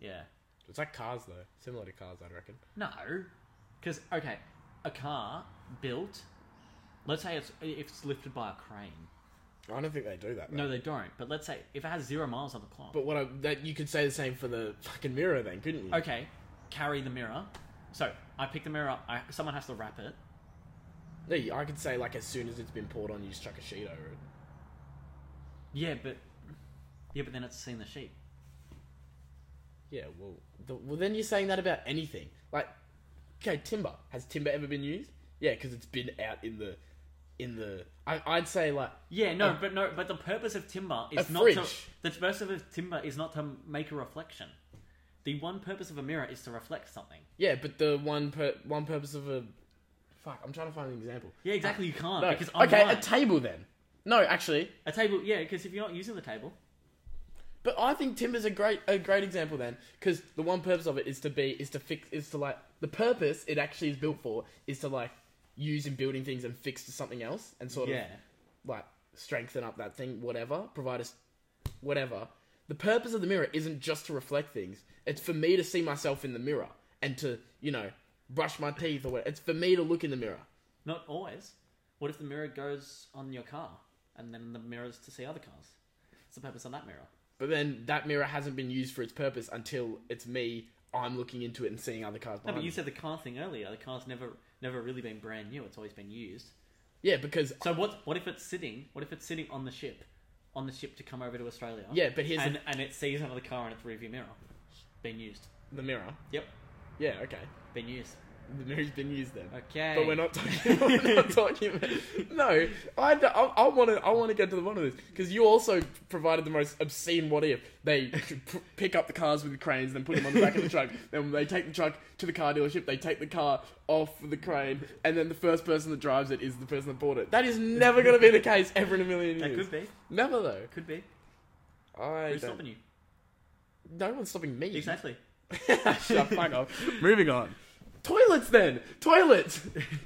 Yeah. it's like cars though. Similar to cars, I'd reckon. No, because okay, a car built. Let's say it's if it's lifted by a crane. I don't think they do that. Though. No, they don't. But let's say if it has zero miles on the clock. But what I, that you could say the same for the fucking mirror then, couldn't you? okay, carry the mirror. So I pick the mirror up. I, someone has to wrap it. No, you- I could say like as soon as it's been poured on, you just chuck a sheet over it. Yeah, but yeah, but then it's seen the sheep. Yeah, well, the, well then you're saying that about anything. Like, okay, timber has timber ever been used? Yeah, because it's been out in the in the. I, I'd say like Yeah, no, A- but no, but the purpose of timber is A not to, fridge. the purpose of timber is not to make a reflection. The one purpose of a mirror is to reflect something. yeah, but the one per, one purpose of a fuck. I'm trying to find an example. Yeah, exactly. You can't No, because okay, online- a table then. No, actually, a table. Yeah, because if you're not using the table, But I think timber's a great a great example then, because the one purpose of it is to be is to fix is to like the purpose it actually is built for is to like use in building things and fix to something else and sort yeah. of like strengthen up that thing, whatever, provide us whatever. The purpose of the mirror isn't just to reflect things. It's for me to see myself in the mirror and to you know brush my teeth or whatever. It's for me to look in the mirror. Not always. What if the mirror goes on your car and then the mirror's to see other cars? What's the purpose of that mirror? But then that mirror hasn't been used for its purpose until it's me. I'm looking into it and seeing other cars. No, Behind but you me. said the car thing earlier. The car's never never really been brand new. It's always been used. yeah, because So what what if it's sitting? What if it's sitting on the ship, on the ship to come over to Australia? Yeah, but here's the- and and it sees another car in its rearview mirror, been used. the mirror. Yep, Yeah, okay. been used. The mirror's been used then. Okay, But we're not talking. we're not talking. About, no, I want to. I want to get to the bottom of this because you also provided the most obscene. What if they p- pick up the cars with the cranes, then put them on the back of the truck, then they take the truck to the car dealership, they take the car off the crane, and then the first person that drives it is the person that bought it. That is never going to be the case ever in a million That years. could be. Never though. Could be. I Who's don't- stopping you? no one's stopping me. Exactly. Shut fuck off. Moving on. Toilets then. Toilets.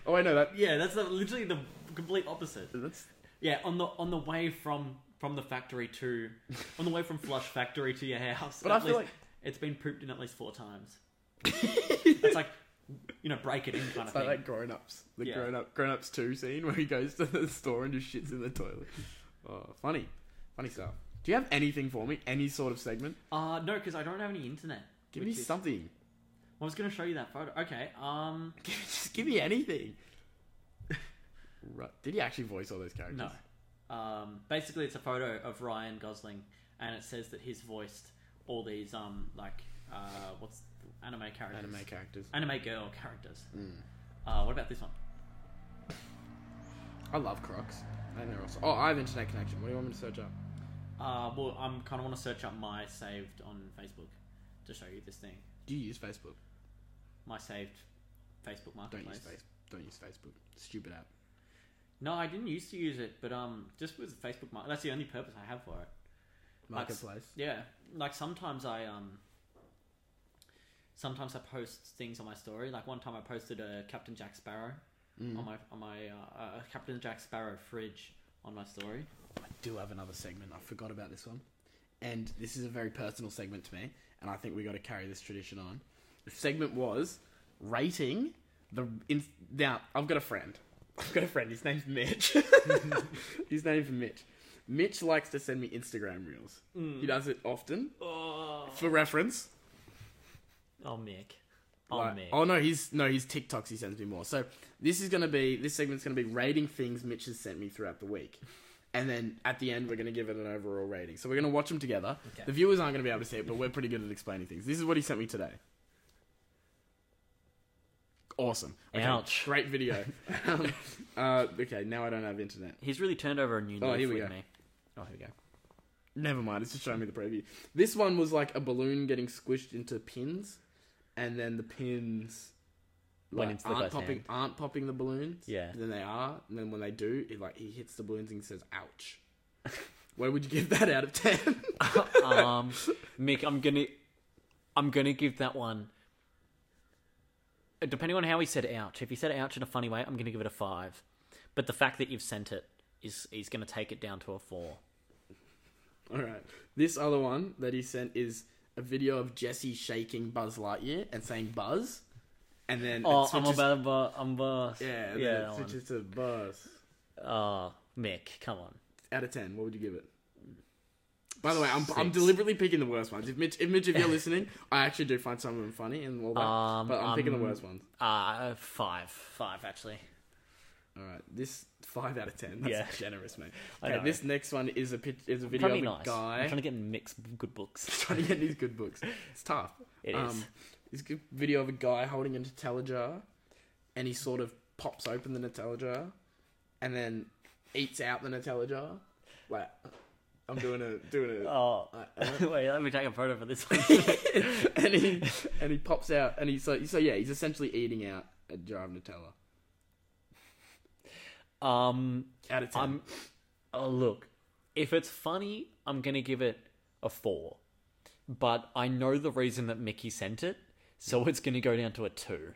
Oh, I know that. Yeah, that's the- literally the complete opposite. That's Yeah, on the on the way from from the factory to on the way from Flush Factory to your house. But at I feel least- like- it's been pooped in at least four times. it's like you know, break it in kind of like thing. that grown ups. The Yeah. grown up grown ups two scene where he goes to the store and just shits in the toilet. Oh, funny. Funny stuff. Do you have anything for me? Any sort of segment? Uh no, because I don't have any internet. Give which me is- something. I was gonna show you that photo. Okay, um just give me anything. right. Did he actually voice all those characters? no. Um basically it's a photo of Ryan Gosling and it says that he's voiced all these um like uh what's anime characters. Anime characters. Mm. anime girl characters. Uh what about this one? I love Crocs. And they're also. Oh, I have internet connection. What do you want me to search up? Uh, well, I'm kind of want to search up my saved on Facebook to show you this thing. Do you use Facebook? My saved Facebook Don't marketplace. use Facebook. Don't use Facebook. Stupid app. No, I didn't used to use it, but um, just with Facebook market. That's the only purpose I have for it. Like s- Marketplace. Yeah, like sometimes I um. Sometimes I post things on my story. Like one time I posted a Captain Jack Sparrow Mm. on my on my uh, uh, Captain Jack Sparrow fridge on my story. I do have another segment. I forgot about this one. And this is a very personal segment to me, and I think we got to carry this tradition on. The segment was rating the in, now I've got a friend. I've got a friend. His name's Mitch. His name's Mitch. Mitch likes to send me Instagram reels. He does it often Oh, for reference. oh Mick, oh Like- Mick. oh no, he's no, he's TikToks. He sends me more. So this is gonna be this segment's gonna be rating things Mitch has sent me throughout the week, and then at the end we're gonna give it an overall rating. So we're gonna watch them together. Okay. The viewers aren't gonna be able to see it, but we're pretty good at explaining things. This is what he sent me today. awesome. Okay, Ouch. Great video. um, uh, okay, now I don't have internet. He's really turned over a new Oh, leaf here we with go. me. Oh, here we go. Never mind, it's just showing me the preview. This one was like a balloon getting squished into pins, and then the pins Went like, into the aren't guy's popping hand. aren't popping the balloons. Yeah. Then they are, and then when they do, it like he hits the balloons and he says, "Ouch." Where would you give that out of ten? um, Mick, I'm gonna, I'm gonna give that one. uh, Depending on how he said "ouch," if he said "ouch" in a funny way, I'm gonna give it a five. But the fact that you've sent it is he's gonna take it down to a four. All right. This other one that he sent is a video of Jesse shaking Buzz Lightyear and saying "Buzz," and then it Oh, I'm switches- about a bu- I'm boss. yeah, and then yeah. it that one. switches to Buzz. Oh, Mick, come on. out of ten, what would you give it? By the way, I'm, I'm Six. deliberately picking the worst ones. If Mitch, if Mitch, if you're listening, I actually do find some of them funny and all that, Um, but I'm picking the um, worst ones. Uh five, five actually. All right, this five out of ten. That's Yeah. generous, man. I Okay, know. this next one is a pic, is a video Probably of a nice. I'm guy trying to get mixed good books. trying to get these good books. It's tough. It Um, is. It's a good video of a guy holding a Nutella jar, and he sort of pops open the Nutella jar, and then eats out the Nutella jar. Like, I'm doing a doing a Oh, I- wait, let me take a photo for this one. and he and he pops out and he so so yeah he's essentially eating out a jar of Nutella um, out of 10 I'm. Oh, look. If it's funny, I'm going to give it a four. But I know the reason that Mickey sent it, so it's going to go down to a two.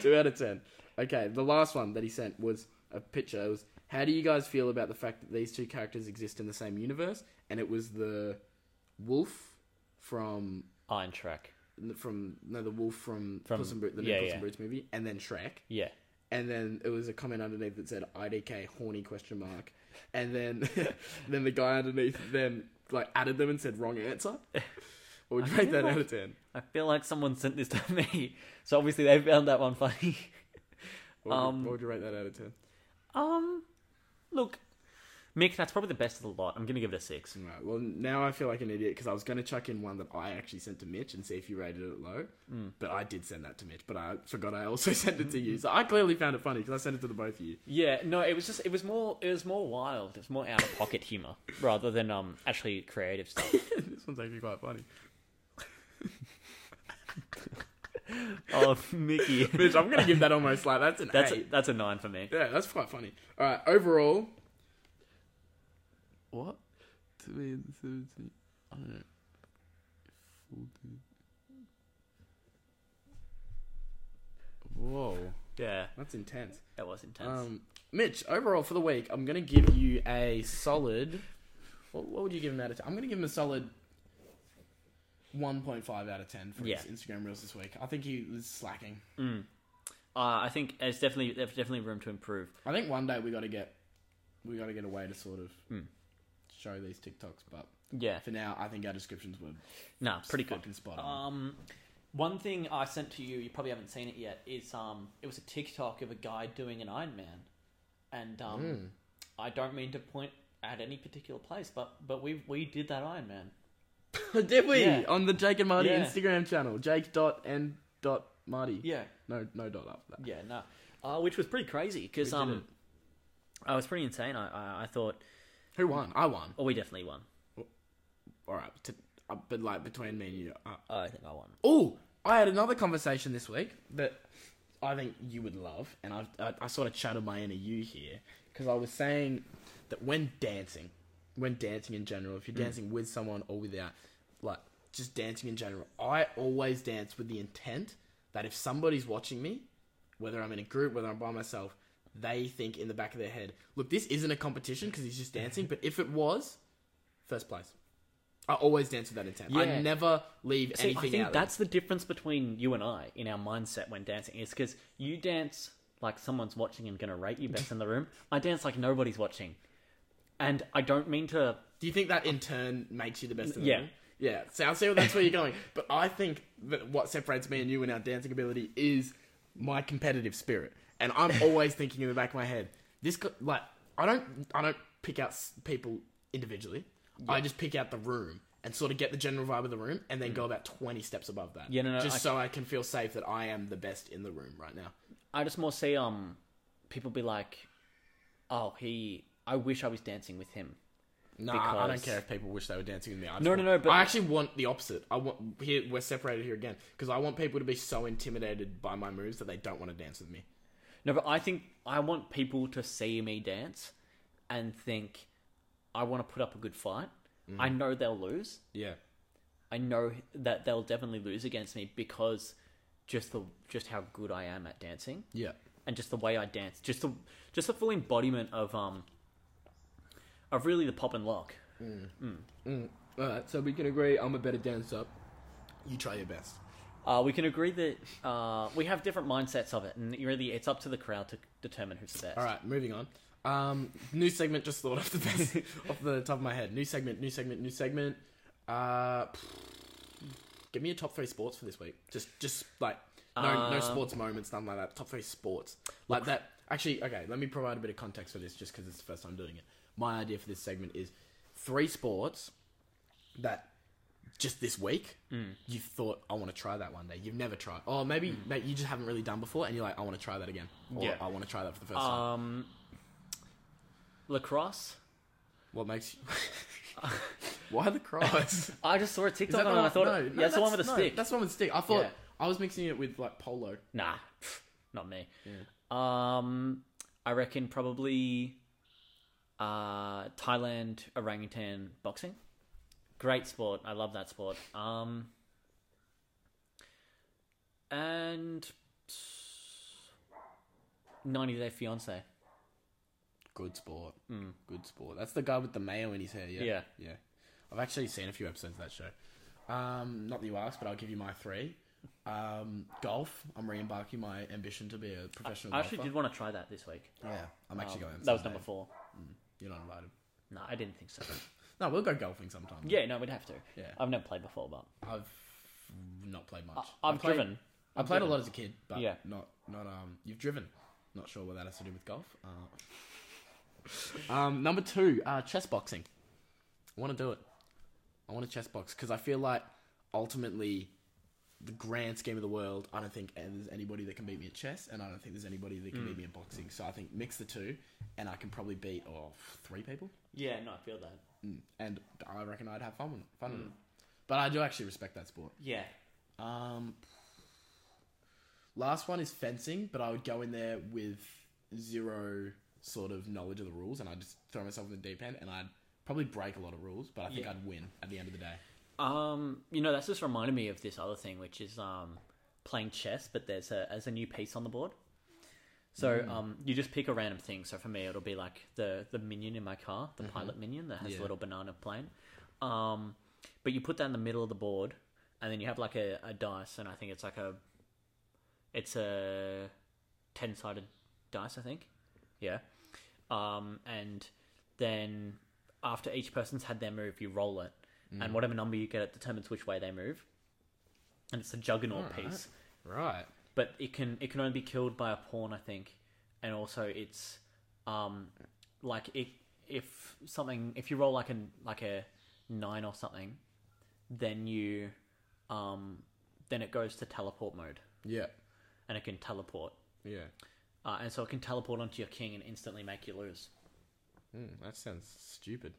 two out of ten. Okay, the last one that he sent was a picture. It was how do you guys feel about the fact that these two characters exist in the same universe? And it was the wolf from Iron Track. from no the wolf from, From- Puss in Boots, the yeah, new Puss yeah. in Boots movie, and then Shrek. Yeah. and then it was a comment underneath that said IDK horny question mark, and then then the guy underneath then like added them and said wrong answer. Or would you I rate feel that like- out of ten? I feel like someone sent this to me. So obviously they found that one funny. What would, Um, what would you rate that out of ten? Um, look. Mick, that's probably the best of the lot. I'm going to give it a six. Right. Well, now I feel like an idiot because I was going to chuck in one that I actually sent to Mitch and see if you rated it low, but I did send that to Mitch, but I forgot I also sent it to you. So I clearly found it funny because I sent it to the both of you. Yeah, no, it was just it was more it was more wild. It was more out of pocket humor rather than um actually creative stuff. this one's actually quite funny. oh, Mickey. Mitch, I'm going to give that almost like that's an That's a, eight. that's a nine for me. Yeah, that's quite funny. All right, overall. What? To me, and seventeen. I don't know. Fourteen. Whoa, Yeah, that's intense. that was intense. Um, Mitch, overall for the week, I'm gonna give you a solid. What, what would you give him out of ten? I'm gonna give him a solid. 1.5 out of 10 for Yeah. his Instagram reels this week. I think he was slacking. Mm. Uh, I think there's definitely there's definitely room to improve. I think one day we got to get we got to get a way to sort of Mm. show these TikToks, but Yeah, For now, I think our descriptions were no, pretty good. fucking spot on. Um, one thing I sent to you, you probably haven't seen it yet, is um, it was a TikTok of a guy doing an Iron Man, and um, Mm. I don't mean to point at any particular place, but but we we did that Iron Man. Did we yeah. on the Jake and Marty Yeah. Instagram channel? Jake dot and dot Marty. Yeah, No, no dot after that. yeah, no, uh, which was pretty crazy We because did um, I was pretty insane. I, I I thought, Who won? I won. oh, we definitely won. All right, t- uh, but like between me and you. Uh, I think I won. oh, I had another conversation this week that I think you would love, and I've, I I sort of chatted my inner you here because I was saying that when dancing, when dancing in general, Mm. if you're dancing with someone or without, like just dancing in general, I always dance with the intent that if somebody's watching me, whether I'm in a group, whether I'm by myself, they think in the back of their head, look, this isn't a competition because he's just dancing, but if it was, first place. I always dance with that intent. I Yeah. never leave See, anything I think out. there. that's the difference between you and I in our mindset when dancing is because you dance like someone's watching and going to rate you best in the room. I dance like nobody's watching, and I don't mean to. Do you think that in turn makes you the best of Yeah. them? Yeah. So I see where that's where you're going. But I think that what separates me and you in our dancing ability is my competitive spirit. And I'm always thinking in the back of my head, this co- like I don't I don't pick out s- people individually. I just pick out the room and sort of get the general vibe of the room, and then go about twenty steps above that. Mm. Yeah, no, no, just I- so I can feel safe that I am the best in the room right now. I just more see um people be like, oh he, I wish I was dancing with him. No, I- I don't Because- care if people wish they were dancing with me. I just No, want- no, no, but- I actually want the opposite. I want here we're separated here again because I want people to be so intimidated by my moves that they don't want to dance with me. No, but I think I want people to see me dance and think I want to put up a good fight. Mm. I know they'll lose. Yeah, I know that they'll definitely lose against me because just the just how good I am at dancing yeah, and just the way I dance, just the just the full embodiment of um of really the pop and lock. All right, so we can agree I'm a better dancer. You try your best. Uh, we can agree that uh, we have different mindsets of it, and it really it's up to the crowd to determine who's the best. All right, moving on. Um, new segment just thought off the best, off the top of my head. New segment, new segment, new segment. Uh, give me a top three sports for this week. Just, just like no, no Um, sports moments, nothing like that. Top three sports like that. Actually, okay, let me provide a bit of context for this, just because it's the first time doing it. My idea for this segment is three sports that just this week Mm. you thought I want to try that one day. You've never tried, or maybe mate, you just haven't really done before, and you're like, I want to try that again. Or, Yeah. I want to try that for the first time. Um, lacrosse. What makes you? Why the cross? I just saw a Is that TikTok the on it and I one- thought no, it, no, yeah, that's the one with a no, stick. That's the one with a stick. I thought Yeah. I was mixing it with like polo. Nah, pff, not me. Um, I reckon probably uh, Thailand orangutan boxing. Great sport. I love that sport. Um, and 90 Day Fiance. Good sport. Good sport. That's the guy with the mayo in his hair. Yeah. Mm. Yeah. Yeah. I've actually seen a few episodes of that show. Um, not that you asked, but I'll give you my three. Um, golf. I'm re-embarking my ambition to be a professional I golfer. actually did want to try that this week. Yeah. I'm actually Um, going. that was someday. number four. You're not invited. No, I didn't think so. No, we'll go golfing sometime. yeah, no, we'd have to. Yeah. I've never played before, but I've not played much. I've I've played- driven. I played a lot as a kid, but Yeah. not not um. You've driven. Not sure what that has to do with golf. Uh, um, number two, uh, chess boxing. I want to do it. I want to chess box because I feel like ultimately, the grand scheme of the world, I don't think there's anybody that can beat me at chess, and I don't think there's anybody that can beat me at boxing. So I think mix the two, and I can probably beat oh, three people, Yeah, no, I feel that. Mm. and I reckon I'd have fun with fun with it. But I do actually respect that sport. Yeah. Um, last one is fencing, but I would go in there with zero sort of knowledge of the rules, and I'd just throw myself in the deep end, and I'd probably break a lot of rules, but I think Yeah. I'd win at the end of the day. Um, you know, that's just reminded me of this other thing, which is um, playing chess, but there's a as a new piece on the board. So um, you just pick a random thing. So for me, it'll be like the the minion in my car, the pilot minion that has Yeah. a little banana plane. Um, but you put that in the middle of the board, and then you have like a, a dice, and I think it's like a it's a ten sided dice, I think. Yeah. Um, and then after each person's had their move, you roll it, and whatever number you get, it determines which way they move. And it's a juggernaut Alright. piece, Right. but it can it can only be killed by a pawn, I think. And also, it's um like it if something if you roll like a like a nine or something, then you um then it goes to teleport mode, Yeah. and it can teleport. Yeah. Uh, and so it can teleport onto your king and instantly make you lose. Mm, that sounds stupid.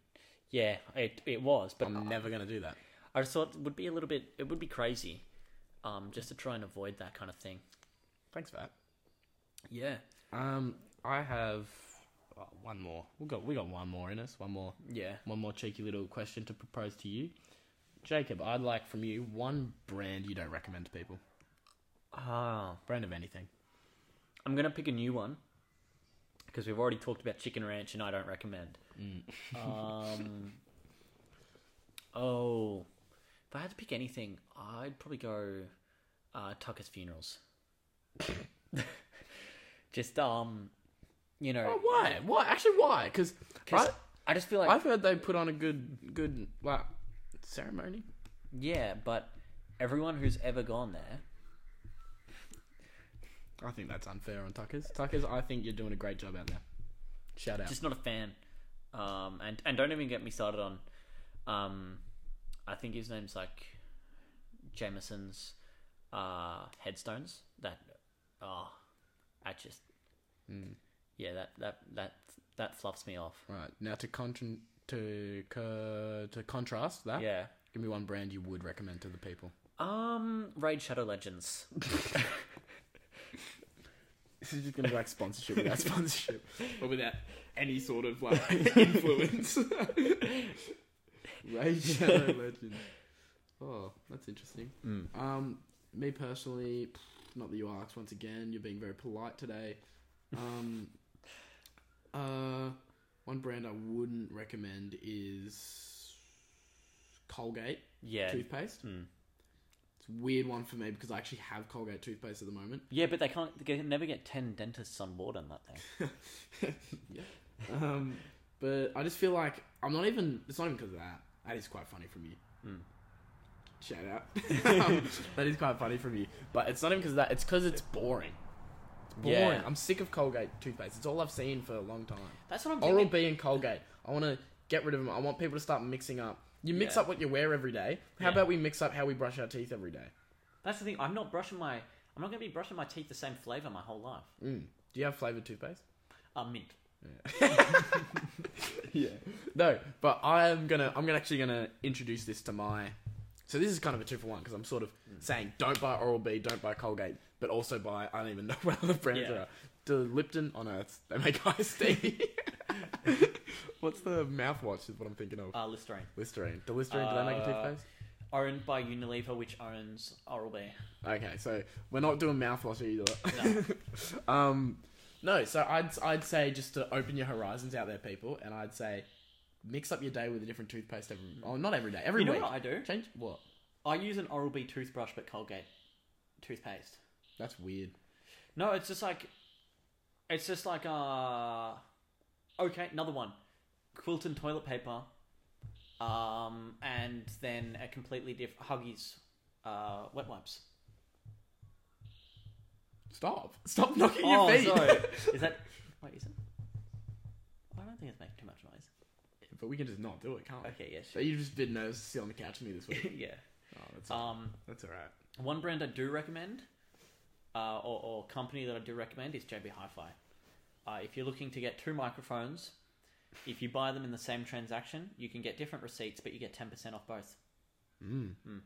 Yeah, it it was, but I'm never gonna do that. I just thought it would be a little bit. It would be crazy, um, just to try and avoid that kind of thing. Thanks for that. Yeah, Um, I have oh, one more. We got we got one more in us. One more. yeah. One more cheeky little question to propose to you, Jacob. I'd like from you one brand you don't recommend to people. Ah, Brand of anything. I'm gonna pick a new one because we've already talked about chicken ranch, and I don't recommend. Mm. um, oh, if I had to pick anything, I'd probably go uh, Tucker's funerals. just um, you know, Oh, why? Why? Actually, why? Because 'cause I just feel like I've heard they put on a good, good like ceremony. yeah, but everyone who's ever gone there. I think that's unfair on Tuckers. Tuckers, I think you're doing a great job out there. Shout out. just not a fan. Um, and and don't even get me started on, um, I think his name's like Jameson's uh, headstones. That oh, that just yeah that that that that fluffs me off. Right now to contra- to co- to contrast that, Yeah. give me one brand you would recommend to the people. Um, Raid Shadow Legends. This is just gonna be like sponsorship without sponsorship, or without any sort of like influence. Ray Shadow Legend. Oh, that's interesting. Um, me personally, not that you asked. Once again, you're being very polite today. Um, uh, one brand I wouldn't recommend is Colgate Yeah. toothpaste. Mm. It's a weird one for me because I actually have Colgate toothpaste at the moment. Yeah, but they can't. They can never get ten dentists on board on that thing. um, but I just feel like I'm not even. It's not even because of that. That is quite funny from you. Mm. Shout out. Um, that is quite funny from you. But it's not even because of that. It's because it's boring. It's boring. Yeah. I'm sick of Colgate toothpaste. It's all I've seen for a long time. That's what I'm Oral thinking. B and Colgate. I want to get rid of them. I want people to start mixing up. You mix Yeah. up what you wear every day. How Yeah. about we mix up how we brush our teeth every day? That's the thing. I'm not brushing my. I'm not going to be brushing my teeth the same flavor my whole life. Mm. Do you have flavored toothpaste? Uh, mint. yeah. No, but I'm gonna I'm gonna actually gonna introduce this to my. So this is kind of a two for one because I'm sort of Hmm. saying don't buy Oral B, don't buy Colgate, but also buy I don't even know what other brands Yeah. are. The Lipton, oh no, it's, they make iced tea. What's the mouthwash? Is what I'm thinking of. Uh, Listerine. Listerine. The Listerine. do they make a Uh, toothpaste? Owned by Unilever, which owns Oral B. Okay, so we're not doing mouthwash either. um, no, so I'd I'd say just to open your horizons out there, people, and I'd say mix up your day with a different toothpaste every. Oh, not every day, every Hmm. You know week. what I do? Change what? I use an Oral B toothbrush, but Colgate toothpaste. That's weird. No, it's just like, it's just like uh, okay, another one, Quilton toilet paper, um, and then a completely different Huggies, uh, wet wipes. Stop! Stop knocking oh, your feet. sorry. Is that wait? Is it? I don't think it's making too much noise. but we can just not do it, can't we? Okay, yeah, So sure. you've just been nervous to sit on the couch with me this week. yeah. Oh, that's Um, that's all right. one brand I do recommend, uh, or, or company that I do recommend is JB Hi-Fi. Uh, if you're looking to get two microphones, if you buy them in the same transaction, you can get different receipts, but you get ten percent off both. Mm. Mm.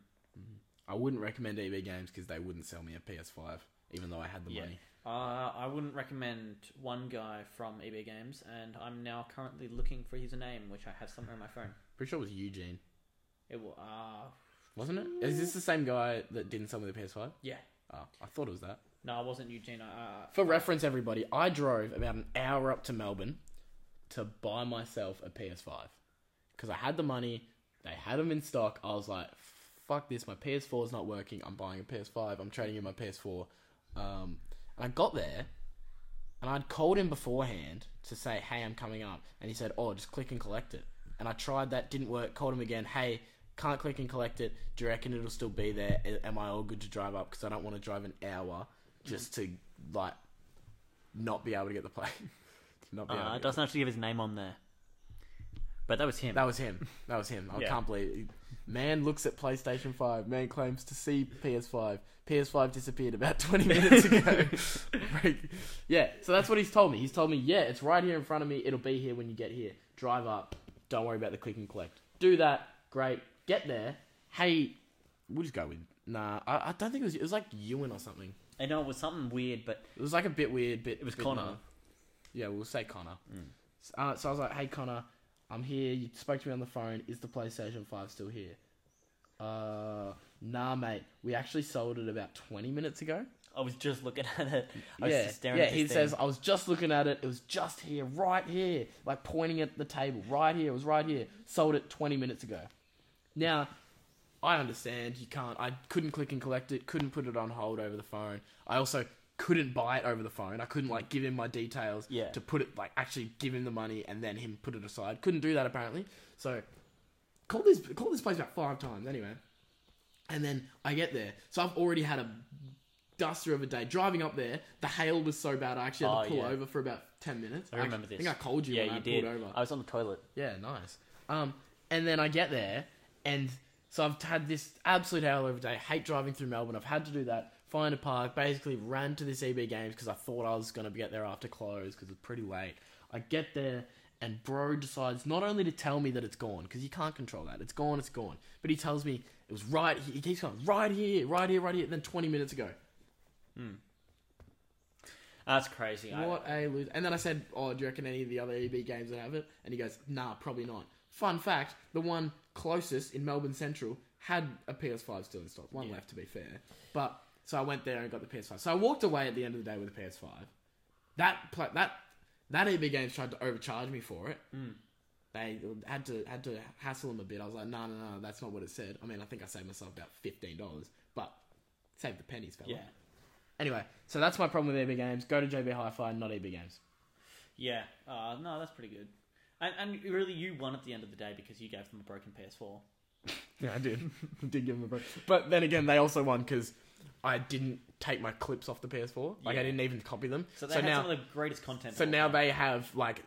I wouldn't recommend EB Games because they wouldn't sell me a PS5, even though I had the Yeah. money. Uh, I wouldn't recommend one guy from EB Games, and I'm now currently looking for his name, which I have somewhere on my phone. Pretty sure it was Eugene, It will. Uh, wasn't it? Is this the same guy that didn't sell me the PS5? yeah. Oh, I thought it was that. No, I wasn't Eugene. I, uh, For reference, everybody, I drove about an hour up to Melbourne to buy myself a PS5 because I had the money. They had them in stock. I was like, "Fuck this! My PS4 is not working. I'm buying a PS5. I'm trading in my PS4." Um, and I got there, and I'd called him beforehand to say, "Hey, I'm coming up," and he said, "Oh, just click and collect it." And I tried that, didn't work. Called him again. Hey, can't click and collect it. Do you reckon it'll still be there? A- Am I all good to drive up? Because I don't want to drive an hour just to like not be able to get the plane. not be able uh, to it get doesn't actually give his name on there, but that was him. that was him. That was him. I Yeah. can't believe. It. Man looks at PlayStation Five. Man claims to see PS5. PS5 disappeared about twenty minutes ago. Right. yeah. So that's what he's told me. He's told me, yeah, it's right here in front of me. It'll be here when you get here. Drive up. Don't worry about the click and collect. Do that. Great. Get there. Hey, we'll just go with. Nah, I, I don't think it was. It was like Ewan or something. I know it was something weird, but It was like a bit weird, bit. It was bit Connor. Mm. gnarly. Yeah, we'll say Connor. S- Uh, so I was like, "Hey, Connor, I'm here. You spoke to me on the phone. Is the PlayStation Five still here?" Uh, nah, mate. We actually sold it about 20 minutes ago. I was just looking at it. I was yeah, just staring yeah. at this he thing. says, "I was just looking at it. It was just here, right here, like pointing at the table, right here. It was right here. Sold it 20 minutes ago." Now, I understand you can't. I couldn't click and collect it. Couldn't put it on hold over the phone. I also couldn't buy it over the phone. I couldn't like give him my details Yeah. to put it like actually give him the money and then him put it aside. Couldn't do that apparently. So called this called this place about five times anyway. And then I get there, so I've already had a duster of a day driving up there. The hail was so bad I actually had to Oh, pull yeah. over for about ten minutes. I remember I this. think I called you Yeah, when you I did. pulled over. I was on the toilet. Yeah, nice. Um, and then I get there, and So I've had this absolute hell of a day. Hate driving through Melbourne. I've had to do that. Find a park. Basically ran to this EB Games because I thought I was going to get there after close because it's pretty late. I get there and bro decides not only to tell me that it's gone because you can't control that. It's gone. It's gone. But he tells me it was right. He he keeps going right here, right here, right here. And then twenty minutes ago, Ah, That's crazy. I- What a loser. And then I said, Oh, do you reckon any of the other EB games that have it? And he goes, Nah, probably not. Fun fact the one closest in Melbourne Central had a PS5 still in stock. One left, to be fair. But so I went there and got the PS5. So I walked away at the end of the day with a PS5. That pla that that EB Games tried to overcharge me for it. They had to had to hassle them a bit. I was like, no, no, no, that's not what it said. I mean, I think I saved myself about fifteen dollars, but save the pennies, fella. yeah. Anyway, so that's my problem with EB Games. Go to JB Hi-Fi, not EB Games. Yeah. Uh, no, that's pretty good. And, and really, you won at the end of the day because you gave them a broken PS4. Yeah, I did. I did give them a break. But then again, they also won because I didn't take my clips off the PS4. Like, Yeah. I didn't even copy them. So So, they had now, some of the greatest content. so of all now time. they have like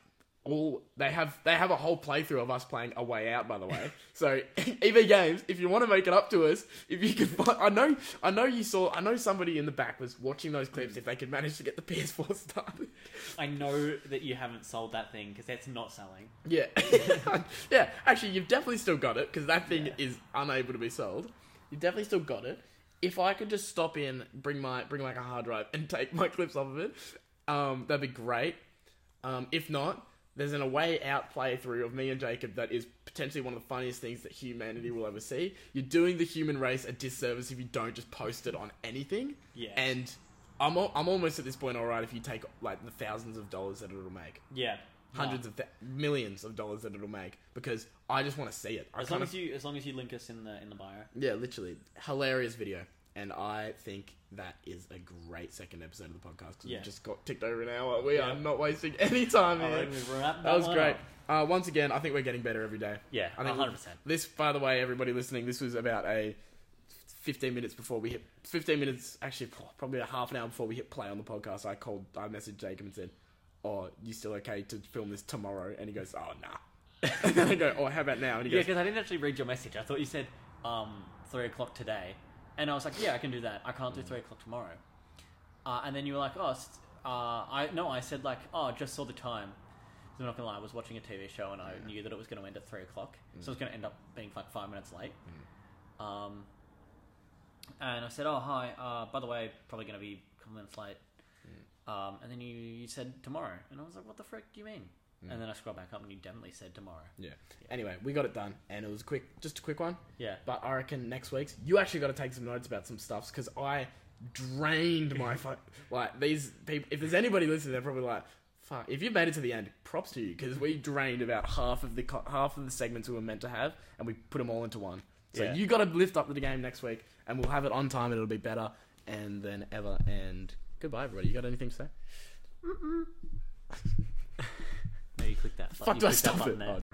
all they have. They have a whole playthrough of us playing A Way Out. By the way, so EV Games, if you want to make it up to us, if you could, find, I know, I know you saw, I know somebody in the back was watching those clips. If they could manage to get the PS4 started. I know that you haven't sold that thing because that's not selling. Yeah. yeah, actually, you've definitely still got it because that thing Yeah. is unable to be sold. You've definitely still got it. If I could just stop in, bring my bring like a hard drive and take my clips off of it, um, that'd be great. Um, if not, there's an away out playthrough of me and Jacob that is potentially one of the funniest things that humanity will ever see. You're doing the human race a disservice if you don't just post it on anything. Yeah. And I'm al- I'm almost at this point all right if you take like the thousands of dollars that it'll make Yeah. hundreds of th- millions of dollars that it'll make because I just want to see it. I As long kind as of, you, as long as you link us in the in the bio. yeah, literally hilarious video, and I think that is a great second episode of the podcast because Yeah. we've just got ticked over an hour. We Yeah. are Oh, not wasting any time I here. reckon we've wrapped That was one great. up. Uh, once again, I think we're getting better every day. Yeah, I think 100%. This, by the way, everybody listening, this was about a 15 minutes before we hit 15 minutes, actually pro- probably a half an hour before we hit play on the podcast. I called, I messaged Jacob and said, "Oh, you still okay to film this tomorrow?" And he goes, "Oh, nah." and then I go, "Oh, how about now?" And he Yeah, goes, because I didn't actually read your message. I thought you said um, three o'clock today, and I was like, yeah, I can do that. I can't do three o'clock tomorrow. Uh, and then you were like, oh, s- uh, I no, I said like, oh, I just saw the time. So I'm not gonna lie, I was watching a TV show and I knew that it was gonna end at three o'clock, so it was gonna end up being like five minutes late. Um, and I said, oh hi, uh, by the way, probably gonna be a couple minutes late. Um, and then you, you said tomorrow, and I was like, what the frick do you mean? And then I scrolled back up and you definitely said tomorrow. yeah. Anyway, we got it done, and it was quick, just a quick one. Yeah. But I reckon next week's you actually got to take some notes about some stuffs because I drained my fu- like these people. If there's anybody listening, they're probably like, "Fuck!" If you made it to the end, props to you because we drained about half of the co- half of the segments we were meant to have, and we put them all into one. So Yeah. you got to lift up the game next week, and we'll have it on time, and it'll be better and than ever. And goodbye, everybody. You got anything to say? No, you click that. Fuck, you do I click that stop button it? there. Oh,